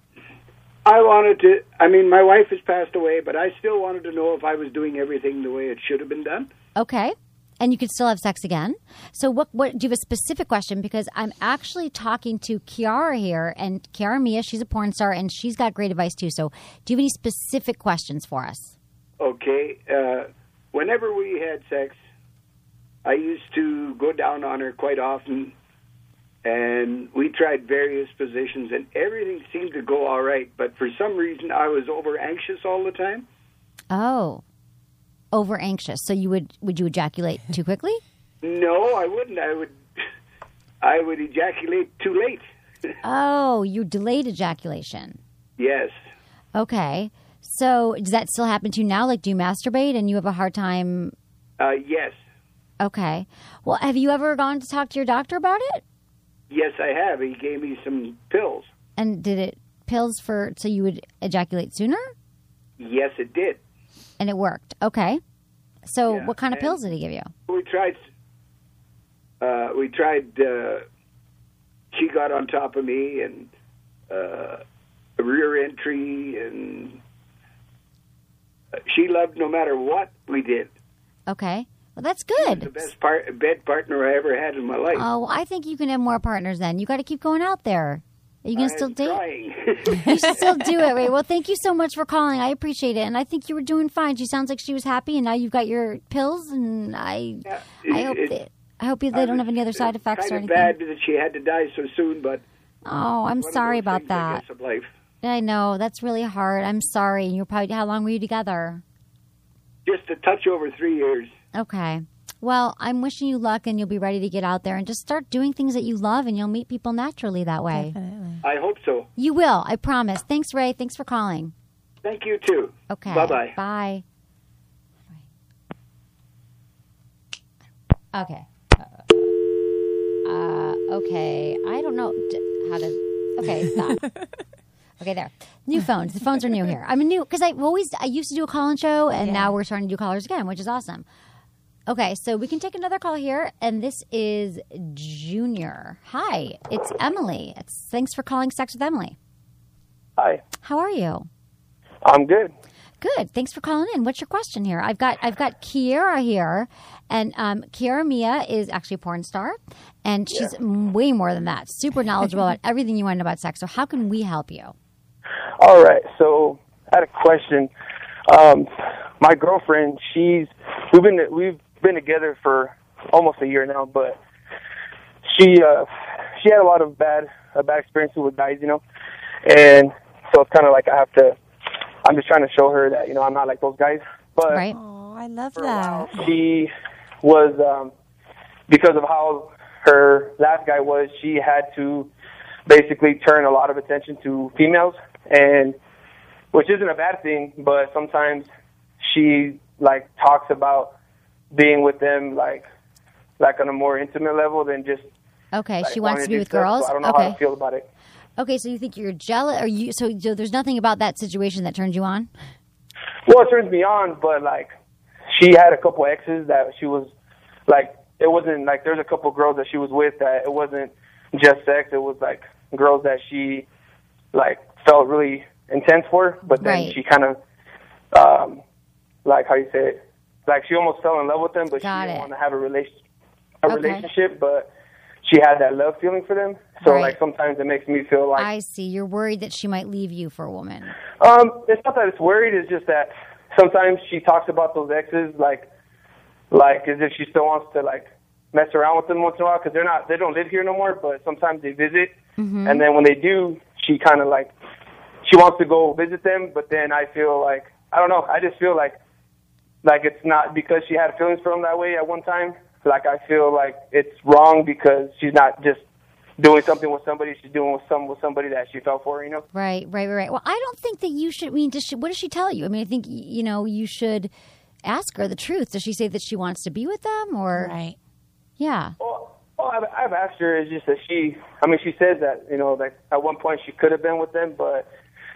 Well, I wanted to. I mean, my wife has passed away, but I still wanted to know if I was doing everything the way it should have been done. Okay. And you could still have sex again. So what what do you have a specific question? Because I'm actually talking to Kiara here and Kiara Mia, she's a porn star and she's got great advice too. So do you have any specific questions for us? Okay. Uh, whenever we had sex, I used to go down on her quite often and we tried various positions, and everything seemed to go all right. But for some reason, I was over anxious all the time. Oh, over anxious. So you would would you ejaculate too quickly? No, I wouldn't. I would, *laughs* I would ejaculate too late. Oh, you delayed ejaculation. Yes. Okay. So does that still happen to you now? Like, do you masturbate and you have a hard time? Uh, yes. Okay. Well, have you ever gone to talk to your doctor about it? Yes, I have. He gave me some pills. And did it pills for so you would ejaculate sooner? Yes, it did. And it worked. Okay. So Yeah, what kind of and- pills did he give you? We tried. Uh, we tried. Uh, she got on top of me and uh, a rear entry, and uh, she loved no matter what we did. Okay. Well, that's good. Best part, bed partner I ever had in my life. Oh, *laughs* well, I think you can have more partners then. You got to keep going out there. Are you going to still date? *laughs* you should still do *laughs* it. Ray. Well, thank you so much for calling. I appreciate it. And I think you were doing fine. She sounds like she was happy, and now you've got your pills, and I, I hope it- that. I hope they don't have any other side effects kind or of anything. bad that she had to die so soon, but Oh, I'm sorry about that. it's of life. I know that's really hard. I'm sorry. You're probably how long were you together? Just a touch over three years. Okay. Well, I'm wishing you luck, and you'll be ready to get out there and just start doing things that you love, and you'll meet people naturally that way. I hope so. You will. I promise. Thanks, Ray. Thanks for calling. Thank you too. Okay. Bye-bye. Bye. Okay. Uh, okay. I don't know d- how to. Okay, stop. *laughs* okay, there. New phones. The phones are new here. I'm a new because I always I used to do a call-in show, and now we're starting to do callers again, which is awesome. Okay, so we can take another call here, and this is Junior. Hi, it's Emily. It's, thanks for calling Sex with Emily. Hi. How are you? I'm good. Good. Thanks for calling in. What's your question here? I've got I've got Kiera here, and um, Kiera Mia is actually a porn star, and she's m way more than that. Super knowledgeable about everything you want to know about sex. So how can we help you? All right. So I had a question. Um, my girlfriend, she's we've been we've been together for almost a year now, but she uh, she had a lot of bad uh, bad experiences with guys, you know, and so it's kind of like I have to. I'm just trying to show her that you know I'm not like those guys, but right. Oh, I love that. she was um, because of how her last guy was, she had to basically turn a lot of attention to females, and which isn't a bad thing, but sometimes she like talks about being with them like like on a more intimate level than just Okay, like, she wants wanting to be do with sex, so girls. I don't know how okay, to feel about it. okay. So you think you're jealous? Are you so, so there's nothing about that situation that turns you on? Well, it turns me on, but like she had a couple exes that she was like it wasn't like there's a couple girls that she was with that it wasn't just sex. It was like girls that she like felt really intense for, but then Right. she kind of um like how you say it, like she almost fell in love with them, but Got she didn't it. want to have a relation a Okay. relationship, but she had that love feeling for them. So Right. like sometimes it makes me feel like I see. You're worried that she might leave you for a woman. um, it's not that it's worried. It's just that sometimes she talks about those exes like, like as if she still wants to like mess around with them once in a while because they're not they don't live here no more. But sometimes they visit, and then when they do, she kind of like she wants to go visit them. But then I feel like I don't know. I just feel like like it's not because she had feelings for him that way at one time. Like I feel like it's wrong because she's not just doing something with somebody. She's doing with some with somebody that she fell for. You know. Right, right, right, right. Well, I don't think that you should. I mean, does she, what does she tell you? I mean, I think y- you know you should ask her the truth. Does she say that she wants to be with them, or right? Yeah. Well, I've, I've asked her. It's just that she, I mean, she says that you know, like at one point she could have been with them, but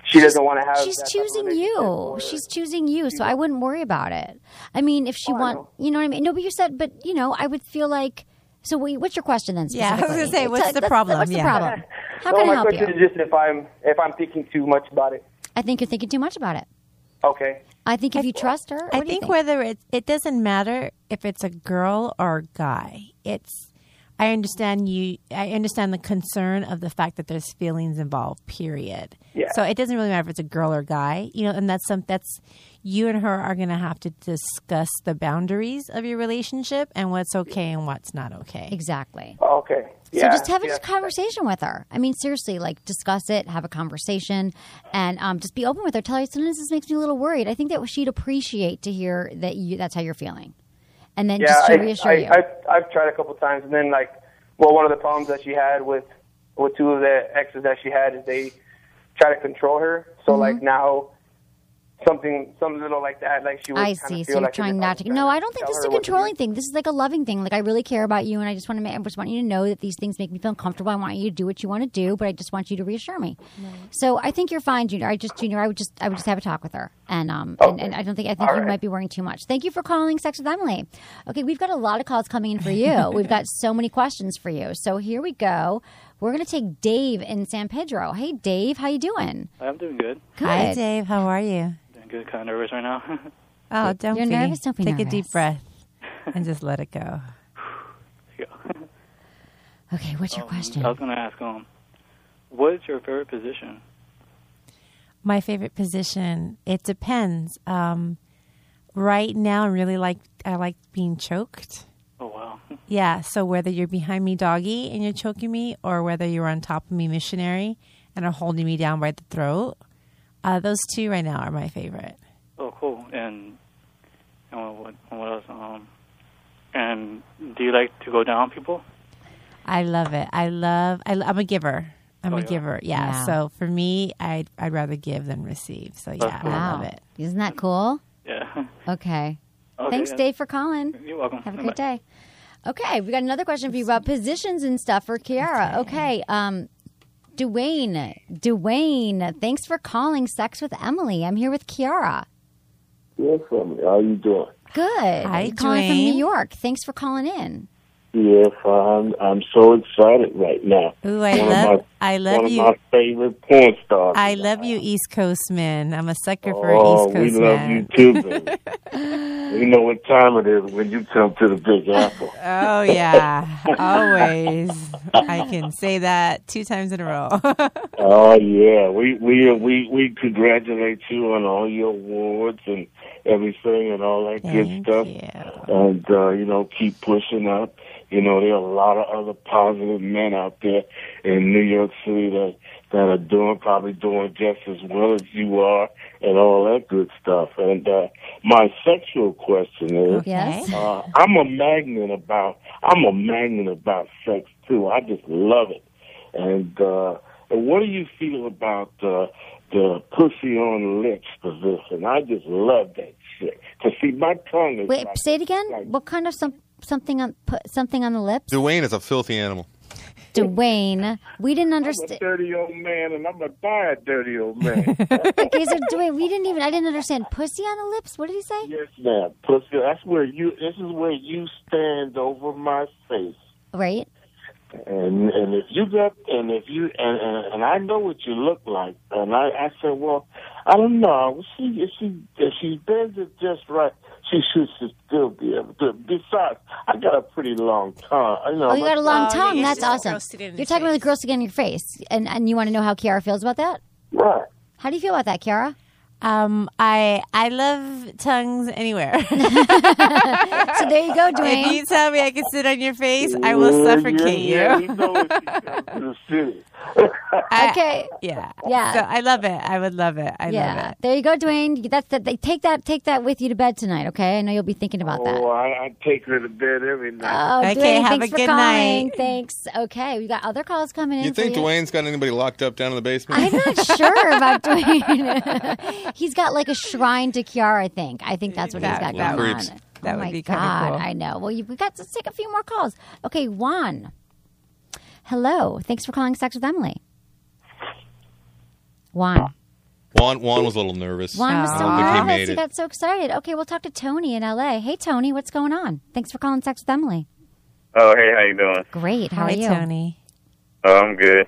she doesn't want to have. She's that type of choosing you. She's choosing you, so I wouldn't worry about it. I mean, if she Oh, want, you know what I mean? No, but you said, but you know, I would feel like. So, wait, what's your question then? Yeah, I was gonna specifically? say, what's Tell- the let's- problem? What's Yeah. the *laughs* problem? How no, can I my help question you? is just if I'm if I'm thinking too much about it. I think you're thinking too much about it. Okay. I think if you trust her, I what do you think whether it it doesn't matter if it's a girl or a guy. It's I understand you. I understand the concern of the fact that there's feelings involved. Period. Yeah. So it doesn't really matter if it's a girl or guy, you know. And that's some. That's you and her are going to have to discuss the boundaries of your relationship and what's okay and what's not okay. Exactly. Oh, Okay. So just have a conversation with her. I mean, seriously, like discuss it, have a conversation, and um, just be open with her. Tell her sometimes this makes me a little worried. I think that she'd appreciate to hear that you that's how you're feeling, and then just to I, reassure I, you. I've, I've tried a couple times, and then like, well, one of the problems that she had with with two of the exes that she had is they try to control her. Mm-hmm. So like now, something some little like that, like she would I kinda see. So feel you're like trying not to. No, I don't think tell this is a her what to do. controlling thing. This is like a loving thing. Like I really care about you, and I just want to. Make, I just want you to know that these things make me feel uncomfortable. I want you to do what you want to do, but I just want you to reassure me. So I think you're fine, Junior. I just, Junior, I would just, I would just have a talk with her, and um, and, and I don't think, I think All you right. might be worrying too much. Thank you for calling Sex with Emily. Okay, we've got a lot of calls coming in for *laughs* you. we've got so many questions for you. So here we go. We're gonna take Dave in San Pedro. Hey, Dave, how you doing? I'm doing good. Hi, Dave. How are you? Doing good. Kind of nervous right now. *laughs* Oh, don't You're be. nervous? Don't be Take a nervous. deep breath and just let it go. *sighs* Okay, what's Oh. your question? Um, I was going to ask, um, what is your favorite position? My favorite position. It depends. Um, right now, I really like I like being choked. Oh wow. *laughs* Yeah. So whether you're behind me, doggy, and you're choking me, or whether you're on top of me, missionary, and are holding me down by the throat, uh, those two right now are my favorite. Oh, cool. And and what- what, and what else? Um, and do you like to go down on people? I love it. I love. I, am a giver. I'm Oh, a yeah. giver. Yeah. Yeah. So for me, I'd I'd rather give than receive. So yeah, I love it. Isn't that cool? *laughs* Yeah. Okay. Okay, Thanks, yeah. Dave, for calling. You're welcome. Have a great day. Okay, we got another question for you about positions and stuff for Kiara. Okay, um, Dwayne, Dwayne, thanks for calling Sex with Emily. I'm here with Kiara. Yes, Emily. How you doing? Good. Hi, You're calling from Dwayne. New York. Thanks for calling in. Yes, I'm. I'm so excited right now. Ooh, I One of love- my- I love one you. of my favorite porn stars. I love you, East Coast men. I'm a sucker for oh, an we East Coast love man. you too, baby. *laughs* we know what time it is when you come to the Big Apple. Oh *laughs* yeah, always. I can say that two times in a row. *laughs* Oh yeah, we we we we congratulate you on all your awards and everything and all that good stuff. And uh, you know, keep pushing up. You know, there are a lot of other positive men out there in New York City that that are doing probably doing just as well as you are and all that good stuff. And uh, my sexual question is, Yes. uh, I'm a magnet about I'm a magnet about sex too. I just love it. And uh, and what do you feel about uh, the pussy on lips position? I just love that shit. Cause see, my tongue is Wait, like, say it again. What kind of some something on put something on the *laughs* lips? Dwayne is a filthy animal. Dwayne, we didn't understand. I'm a dirty old man, and I'm a tired dirty old *laughs* man. Okay, so Dwayne, we didn't even. I didn't understand. Pussy on the lips. What did he say? now, pussy, that's where you. This is where you stand over my face. Right. And and if you got and if you and and, and I know what you look like, and I I said, well, I don't know. She if she if she bends it just right, she should, should still be able to. Besides, I got a pretty long tongue. I know. Oh, you my- got a long tongue. That's awesome. You're talking about the gross again in your face, and and you want to know how Kiara feels about that? Right. How do you feel about that, Kiara? Um, I I love tongues *laughs* anywhere. *laughs* so there you go, If Dwayne. you tell me I can sit on your face, I will suffocate you. yeah, you know if she comes to the *laughs* city. okay. Yeah. Yeah. So I love it. I would love it. I yeah. love it. There you go, Dwayne. That's that. They take that. Take that with you to bed tonight. Okay. I know you'll be thinking about that. Oh, I, I take her to bed every Oh, night. Dwayne, thanks for calling. Thanks. Okay, we got other calls coming in. You for think Dwayne's got anybody locked up down in the basement? I'm not sure about Dwayne. *laughs* he's got like a shrine to Kiara. I think. I think that's what he's got That- going that would- on. that oh would my be kinda God, cool. I know. Well, you, we got to take a few more calls. Okay, Juan. Hello. Thanks for calling Sex with Emily. Juan. *laughs* Juan, Juan was a little nervous. Juan was Oh, I so don't think he nervous. made He it. got so excited. Okay, we'll talk to Tony in LA. Hey, Tony, what's going on? Thanks for calling Sex with Emily. Oh, hey, how you doing? Great. How Hi, are you? Tony. Oh, I'm good.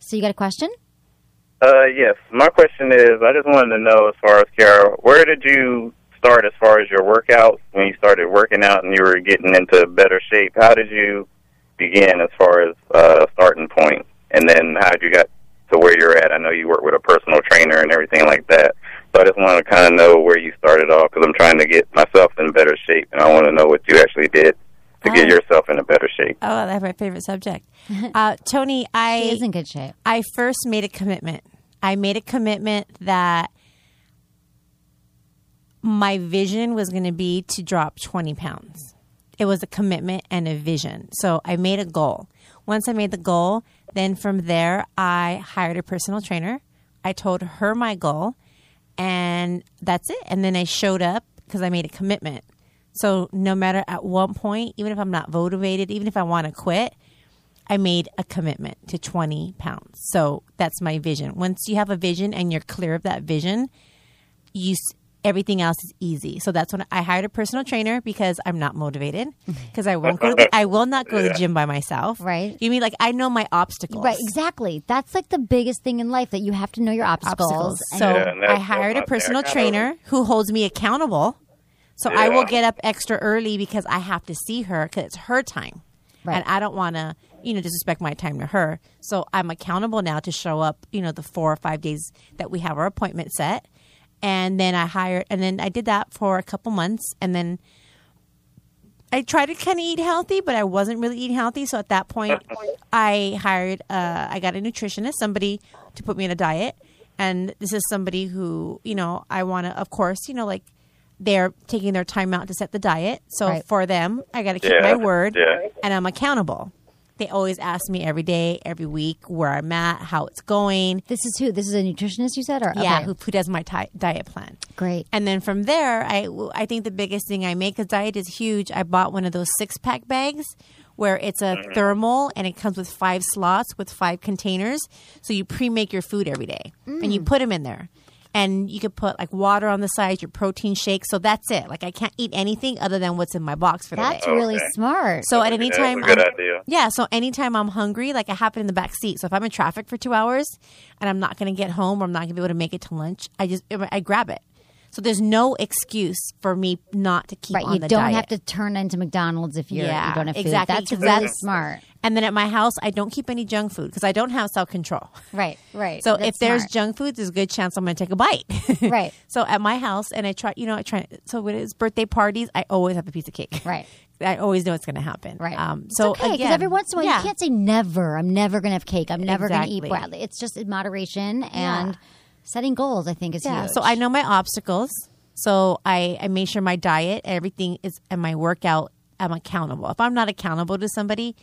So you got a question? Uh, yes, my question is, I just wanted to know, as far as Kiara, where did you start as far as your workouts when you started working out and you were getting into better shape? How did you begin as far as uh, starting point, and then how you got to where you're at? I know you work with a personal trainer and everything like that, so I just want to kind of know where you started off because I'm trying to get myself in better shape, and I want to know what you actually did to get yourself in a better shape. Oh, that's my favorite *laughs* subject. Uh, Tony, I She is in good shape. I first made a commitment. I made a commitment that my vision was going to be to drop 20 pounds. It was a commitment and a vision. So I made a goal. Once I made the goal, then from there, I hired a personal trainer. I told her my goal, and that's it. And then I showed up because I made a commitment. So no matter at one point, even if I'm not motivated, even if I want to quit, I made a commitment to 20 pounds. So that's my vision. Once you have a vision and you're clear of that vision, you s- everything else is easy. So that's when I hired a personal trainer because I'm not motivated because I won't go to the, I will not go to Yeah. the gym by myself. Right. You mean like I know my obstacles. Right, exactly. That's like the biggest thing in life that you have to know your obstacles. obstacles. and- So I hired a personal trainer who holds me accountable. So I will Yeah. get up extra early because I have to see her because it's her time, Right. and I don't want to, you know, disrespect my time to her. So I'm accountable now to show up, you know, the four or five days that we have our appointment set, and then I hired, and then I did that for a couple months, and then I tried to kind of eat healthy, but I wasn't really eating healthy. So at that point, I hired, uh, I got a nutritionist, somebody to put me on a diet. And this is somebody who, you know, I want to, of course, you know, like they're taking their time out to set the diet. So Right. for them, I got to keep Yeah, my word yeah. and I'm accountable. They always ask me every day, every week, where I'm at, how it's going. This is who? This is a nutritionist you said? Or, yeah, okay. who, who does my ti- diet plan. Great. And then from there, I I think the biggest thing I make because diet is huge. I bought one of those six pack bags where it's a Mhm. thermal and it comes with five slots with five containers. So you pre make your food every day and you Mm. put them in there. And you could put like water on the side, your protein shake. So that's it. Like I can't eat anything other than what's in my box for the That's day. really Okay. smart. So at That's a any good- time, that's a good I'm- idea. yeah, so anytime I'm hungry, like I happen in the back seat. So if I'm in traffic for two hours and I'm not going to get home or I'm not going to be able to make it to lunch, I just I grab it. So there's no excuse for me not to keep Right, on you the don't diet. have to turn into McDonald's if you're, you don't have food. exactly. That's 'cause really smart. And then at my house, I don't keep any junk food because I don't have self control. Right, right. So That's if there's smart. junk food, there's a good chance I'm going to take a bite. *laughs* Right. so at my house, and I try, you know, I try. So when it's birthday parties, I always have a piece of cake. Right. *laughs* I always know it's going to happen. Right. Um, so okay, because again, every once in a while yeah. you can't say never. I'm never going to have cake. I'm never going to Exactly. eat broccoli. It's just in moderation and Yeah. setting goals. I think is huge. So I know my obstacles. So I, I make sure my diet, everything is, and my workout, I'm accountable. If I'm not accountable to somebody,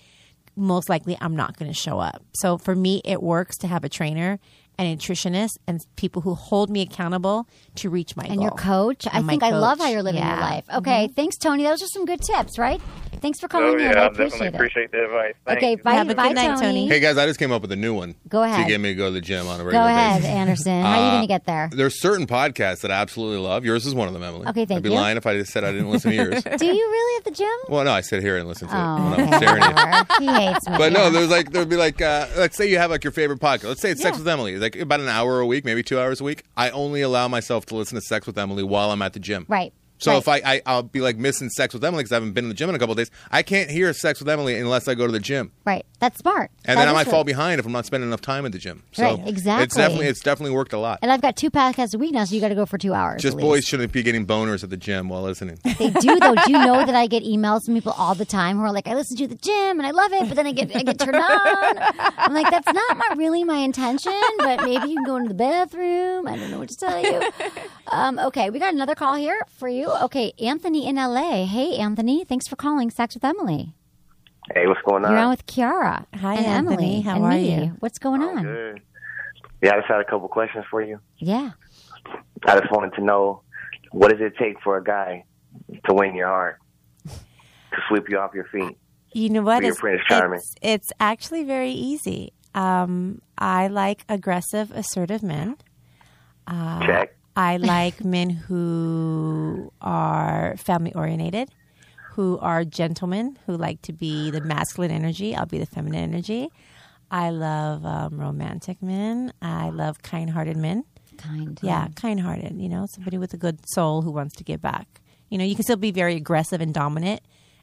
most likely I'm not going to show up. So for me, it works to have a trainer, a nutritionist, and people who hold me accountable to reach my and goal. your Oh coach. Mm-hmm. I And my think I love coach. how you're living your Yeah. life. Okay, thanks, Tony. That was just some good tips, right? Thanks for calling oh in. yeah, I appreciate definitely it. appreciate the advice. Thanks. Okay, bye, Have a good bye, night, Tony. Hey guys, I just came up with a new one. Go ahead. To get me to go to the gym on a Go regular ahead, basis. Anderson. How are you Uh, going to get there? There's certain podcasts that I absolutely love. Yours is one of them, Emily. Okay, thank I'd be you. lying if I just said I didn't listen to yours. *laughs* Do you really at the gym? Well, no, I sit here and listen to Oh, it when I'm staring at you. whatever. he hates me. But no, there's like there'd be like uh, let's say you have like your favorite podcast. Let's say it's Sex with Emily. It's like about an hour a week, maybe two hours a week. I only allow myself to listen to Sex with Emily while I'm at the gym. right. So right. if I, I I'll be like missing Sex with Emily because I haven't been in the gym in a couple of days. I can't hear Sex with Emily unless I go to the gym, right, that's smart. and That then I is might really- fall behind if I'm not spending enough time at the gym. So Right, It's exactly. definitely it's definitely worked a lot. And I've got two podcasts a week now, so you got to go for two hours. Just at boys shouldn't be getting boners at the gym while *laughs* listening. They do though. Do you know that I get emails from people all the time who are like, "I listen to you at the gym and I love it," but then I get I get turned on. I'm like, that's not my, really my intention, but maybe you can go into the bathroom. I don't know what to tell you. Um, okay, we got another call here for you. Okay, Anthony in LA. Hey, Anthony, thanks for calling Sex with Emily. Hey, what's going on? You're on with Kiara. Hi, and Anthony. Emily. How and are me. you? Oh. What's going on? Good. Yeah, I just had a couple questions for you. Yeah. I just wanted to know what does it take for a guy to win your heart, to sweep you off your feet? You know what? Be your It's- Prince Charming. It's, it's actually very easy. Um, I like aggressive, assertive men. Uh, Check. I like *laughs* men who are family oriented, who are gentlemen, who like to be the masculine energy. I'll be the feminine energy. I love um, romantic men. I love kind hearted men. Kind. Yeah, kind hearted, you know, somebody with a good soul who wants to give back. You know, you can still be very aggressive and dominant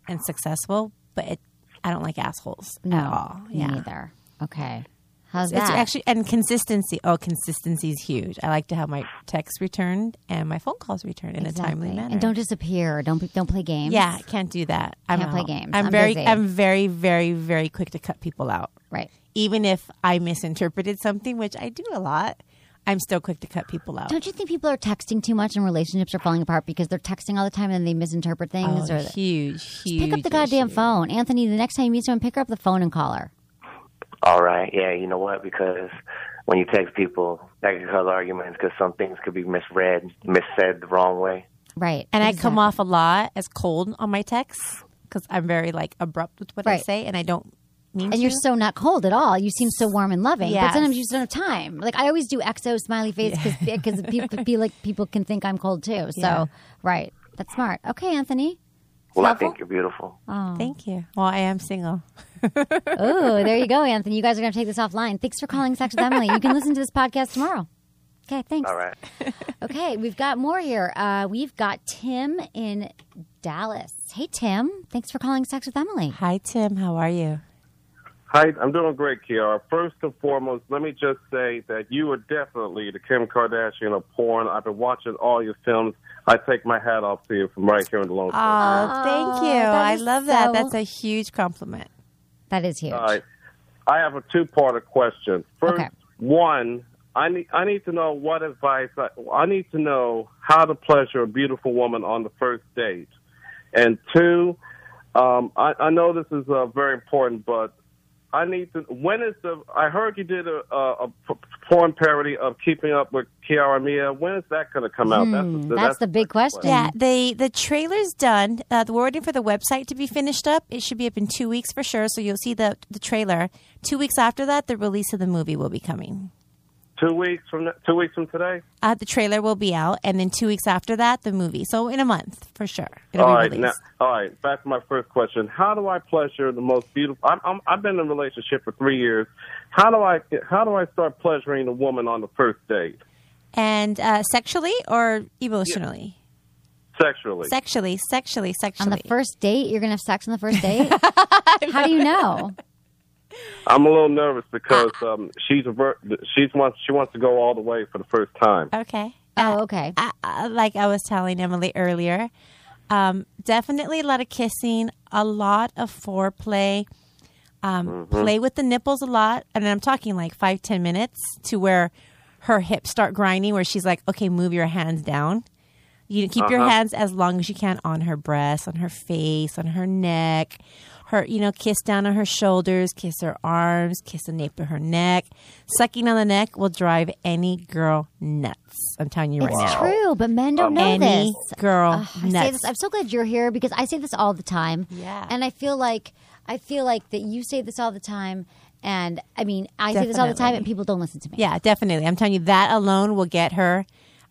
and successful, but it, I don't like assholes at all. me Yeah. neither. Okay. How's It's that? actually and consistency. Oh, consistency is huge. I like to have my texts returned and my phone calls returned in a timely Exactly. manner. And don't disappear. Don't be- don't play games. Yeah, I can't do that. I'm Can't play out. games. I'm, I'm very, busy. I'm very, very, very quick to cut people out. Right. Even if I misinterpreted something, which I do a lot, I'm still quick to cut people out. Don't you think people are texting too much and relationships are falling apart because they're texting all the time and they misinterpret things? Oh, or huge, huge. Pick up the goddamn phone, Anthony. The next time you meet someone, pick up the phone and call her. All right, yeah, you know what? Because when you text people, that can cause arguments because some things could be misread, missaid the wrong way. Right. And I come off a lot as cold on my texts because I'm very like abrupt with what I Right. say, and I don't mean. And you're to. so not cold at all. You seem so warm and loving. But Yes. sometimes you just don't have time. Like I always do XO smiley face because people be like people can think I'm cold too. So Yeah. right, that's smart. Okay, Anthony. Well, I Helpful? think you're beautiful. Oh. Thank you. Well, I am *laughs* single. oh, there you go, Anthony. You guys are going to take this offline. Thanks for calling Sex with Emily. You can listen to this podcast tomorrow. Okay, thanks. All right. *laughs* Okay, we've got more here. Uh, we've got Tim in Dallas. Hey, Tim. Thanks for calling Sex with Emily. Hi, Tim. How are you? Hi, I'm doing great, Kiara. First and foremost, let me just say that you are definitely the Kim Kardashian of porn. I've been watching all your films. I take my hat off to you from right here in the Oh, Lone Star. thank you. that I is love that. so- That's a huge compliment. That is huge. All right. I have a two-parter question. First, one, I need I need to know what advice I, I need to know how to pleasure a beautiful woman on the first date, and two, um, I, I know this is uh, very important, but I need to. When is the? I heard you did a, a, a p- porn parody of Keeping Up with Kiara Mia. When is that going to come out? Hmm, that's the big question. Yeah, the the trailer's done. Uh, we're waiting for the website to be finished up. It should be up in two weeks for sure. So you'll see the the trailer. Two weeks after that, the release of the movie will be coming. two weeks from two weeks from today. Uh, the trailer will be out, and then two weeks after that, the movie. So in a month for sure, it'll all be right, released. now, all right. Back to my first question: How do I pleasure the most beautiful? I'm, I'm, I've been in a relationship for three years. How do I how do I start pleasuring a woman on the first date And uh, sexually or emotionally, sexually? sexually, sexually, On sexually. the first date, you're going to have sex on *laughs* the first date? How do you know? I'm a little nervous because Ah. um, she's a ver- she's wants she wants to go all the way for the first time. Okay. Oh, okay. I, I, like I was telling Emily earlier, um, definitely a lot of kissing, a lot of foreplay. Um, Play with the nipples a lot, and I'm talking like five ten minutes to where her hips start grinding, where she's like, "Okay, move your hands down." You keep your Uh-huh. hands as long as you can on her breast, on her face, on her neck. Her, you know, kiss down on her shoulders, kiss her arms, kiss the nape of her neck. Sucking on the neck will drive any girl nuts. I'm telling you right It's now. true, but men don't know any this. girl I nuts. say this. I'm so glad you're here because I say this all the time. Yeah. And I feel like I feel like that you say this all the time, and I mean I say this all the time, Definitely. and people don't listen to me. Yeah, definitely. I'm telling you, that alone will get her.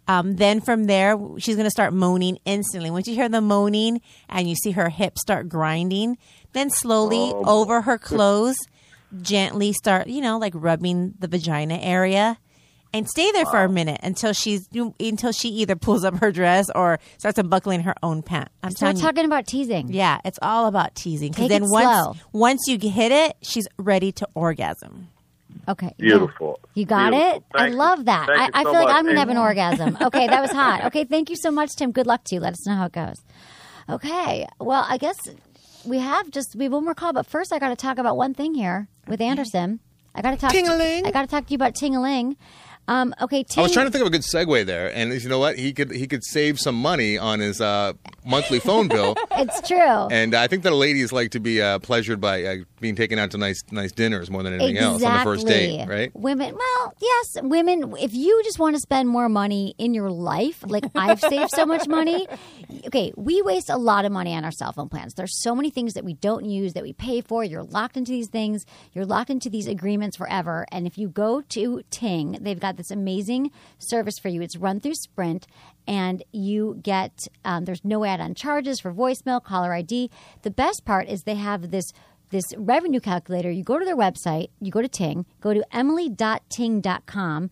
Um, then from there, she's going to start moaning instantly. Once you hear the moaning and you see her hips start grinding, then slowly Oh. over her clothes, gently start, you know, like rubbing the vagina area. And stay there for a minute until she's until she either pulls up her dress or starts unbuckling her own pant. I'm So we're telling you. talking about teasing. Yeah, it's all about teasing. 'Cause Take then it once slow. once you hit it, she's ready to orgasm. Okay. Beautiful. You got Beautiful. it? I love that. Thank I, you I so feel like much, I'm going to have an Amy. *laughs* orgasm. Okay, that was hot. Okay, thank you so much, Tim. Good luck to you. Let us know how it goes. Okay, well, I guess we have just we have one more call, but first I got to talk about one thing here with Anderson. I got to talk. Ting-a-ling. I got to talk to you about ting-a-ling. Um, okay, ting- I was trying to think of a good segue there, and you know what? He could he could save some money on his uh, monthly phone bill. It's true. And I think that ladies like to be uh, pleasured by uh, being taken out to nice, nice dinners more than anything else on the first date, Exactly. right? Women, well, yes, women, if you just want to spend more money in your life, like I've saved so much money. *laughs* Okay, we waste a lot of money on our cell phone plans. There's so many things that we don't use that we pay for. You're locked into these things, you're locked into these agreements forever. And if you go to Ting, they've got this amazing service for you. It's run through Sprint, and you get, um, there's no add on charges for voicemail, caller ID. The best part is they have this this revenue calculator, you go to their website, you go to Ting, go to emily.ting.com,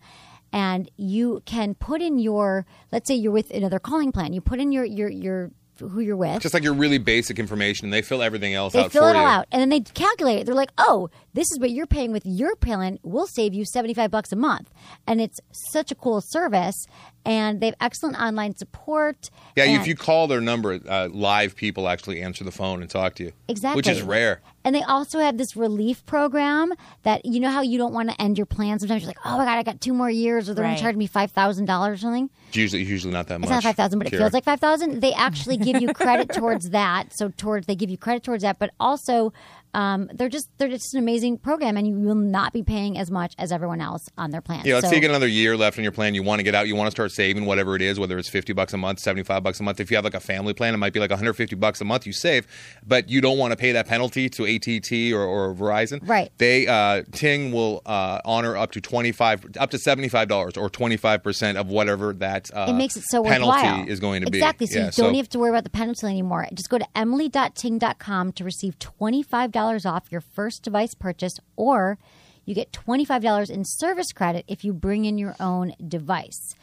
and you can put in your let's say you're with another calling plan you put in your your your who you're with Just like your really basic information, and they fill everything else they out fill for it all you. out and then they calculate it they're like oh this is what you're paying with your plan we'll save you 75 bucks a month and it's such a cool service and they have excellent online support Yeah, and, if you call their number, uh, live people actually answer the phone and talk to you. Which Exactly. is rare. and they also have this relief program that you know how you don't want to end your plan sometimes you're like oh my god i got two more years or they're going Right. to charge me $5000 or something It's usually, usually not that much. It's not five thousand, but it Kira. feels like five *laughs* thousand. They actually give you credit towards that. So towards they give you credit towards that, but also um, they're just they're just an amazing program, and you will not be paying as much as everyone else on their plan. Yeah, let's so, say you get another year left on your plan. You want to get out. You want to start saving whatever it is, whether it's fifty bucks a month, seventy-five bucks a month. If you have like a family plan, it might be like one hundred fifty bucks a month you save, but you don't want to pay that penalty to ATT or, or Verizon. Right. They uh, Ting will uh, honor up to twenty-five, up to seventy-five dollars, or twenty-five percent of whatever that uh, it makes it so penalty worthwhile. is going to exactly. be. So Yeah, you don't have to worry about the penalty anymore. Just go to emily.ting.com to receive twenty five dollars off your first device purchase, or you get twenty five dollars in service credit if you bring in your own device.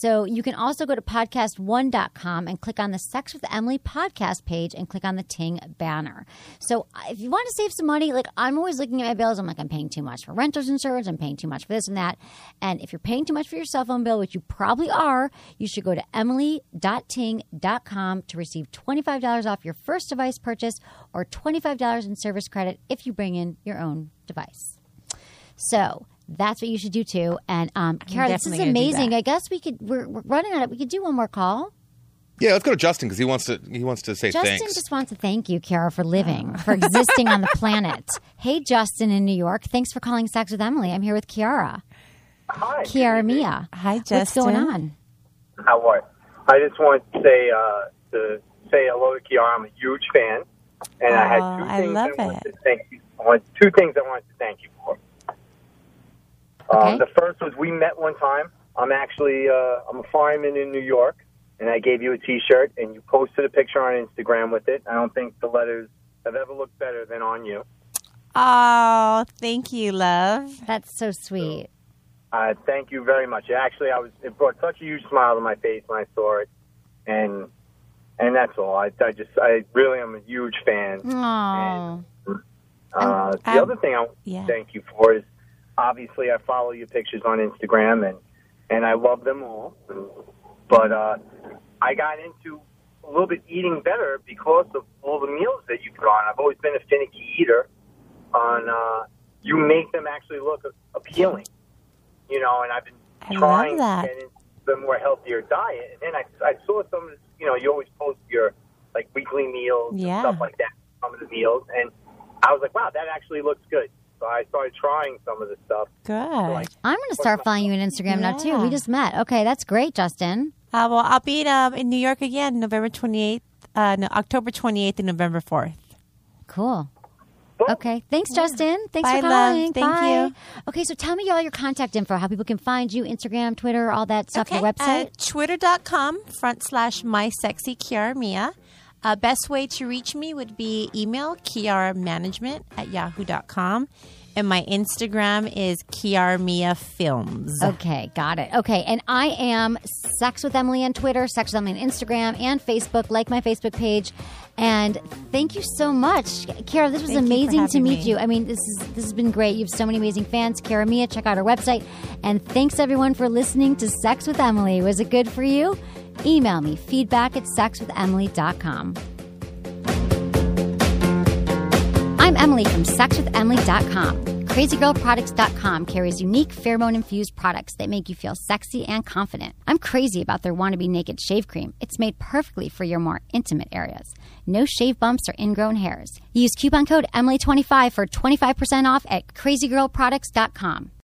So you can also go to podcast1.com and click on the Sex with Emily podcast page and click on the Ting banner. So if you want to save some money, like I'm always looking at my bills, I'm like, I'm paying too much for renter's insurance, I'm paying too much for this and that. And if you're paying too much for your cell phone bill, which you probably are, you should go to emily.ting.com to receive $25 off your first device purchase or $25 in service credit if you bring in your own device. So that's what you should do too. And um, Kara, this is definitely gonna do amazing. I guess we could. We're, we're running out. of We could do one more call. yeah. Let's go to Justin because he wants to. He wants to say Justin thanks. just wants to thank you, Kara, for living, for existing on the planet. Hey, Justin in New York. Thanks for calling Sex with Emily. I'm here with Kiara. Hi. Kiara Mia. Hi, What's going Justin. on? How are you? I just want to say uh, to say hello to Kiara. I'm a huge fan, and I had two I things love I wanted it. to thank you. I want two things I wanted to thank you for. Um, the first was we met one time. I'm actually uh, I'm a fireman in New York, and I gave you a T-shirt, and you posted a picture on Instagram with it. I don't think the letters have ever looked better than on you. Oh, thank you, love. That's so sweet. Uh, thank you very much. Actually, I was it brought such a huge smile to my face when I saw it, and and that's all. I, I just I really am a huge Mm. fan. Oh. Uh, the I'm- other thing I want Um, yeah. to thank you for is obviously I follow your pictures on Instagram and and I love them all, but uh, I got into a little bit eating better because of all the meals that you put on. I've always been a finicky eater. On uh, you make them actually look appealing, you know, and I've been I love trying that. to get into the more healthier diet. And then I, I saw some, of the- you know, you always post your like weekly meals Yeah. and stuff like that, some of the meals. And I was like, wow, that actually looks good. So I started trying some of the stuff. Good. I'm going to start following you on Instagram now too. We Yeah. just met. Okay, that's great, Justin. Uh, well, I'll be in, um, in New York again, November 28th, uh, no, October 28th and November 4th. Cool. Okay. Thanks, Justin. Thanks Bye, for love. calling. Thank Bye. you. Okay, so tell me all your contact info, how people can find you, Instagram, Twitter, all that stuff, your website. Uh, Twitter.com front slash my sexy Kiara Mia. Uh, best way to reach me would be email Kiara management at yahoo.com. And my Instagram is Kiara Mia Films. Okay, got it. Okay, and I am Sex with Emily on Twitter, Sex with Emily on Instagram, and Facebook. Like my Facebook page. And thank you so much, Kara. This Thank was you for amazing to having meet me. you. I mean, this is this has been great. You have so many amazing fans, Kara Mia. Check out our website. And thanks everyone for listening to Sex with Emily. Was it good for you? Email me feedback at sexwithemily.com. I'm Emily from sexwithemily.com. CrazyGirlProducts.com carries unique pheromone infused products that make you feel sexy and confident. I'm crazy about their wannabe naked shave cream. It's made perfectly for your more intimate areas. No shave bumps or ingrown hairs. Use coupon code Emily25 for 25% off at crazygirlproducts.com.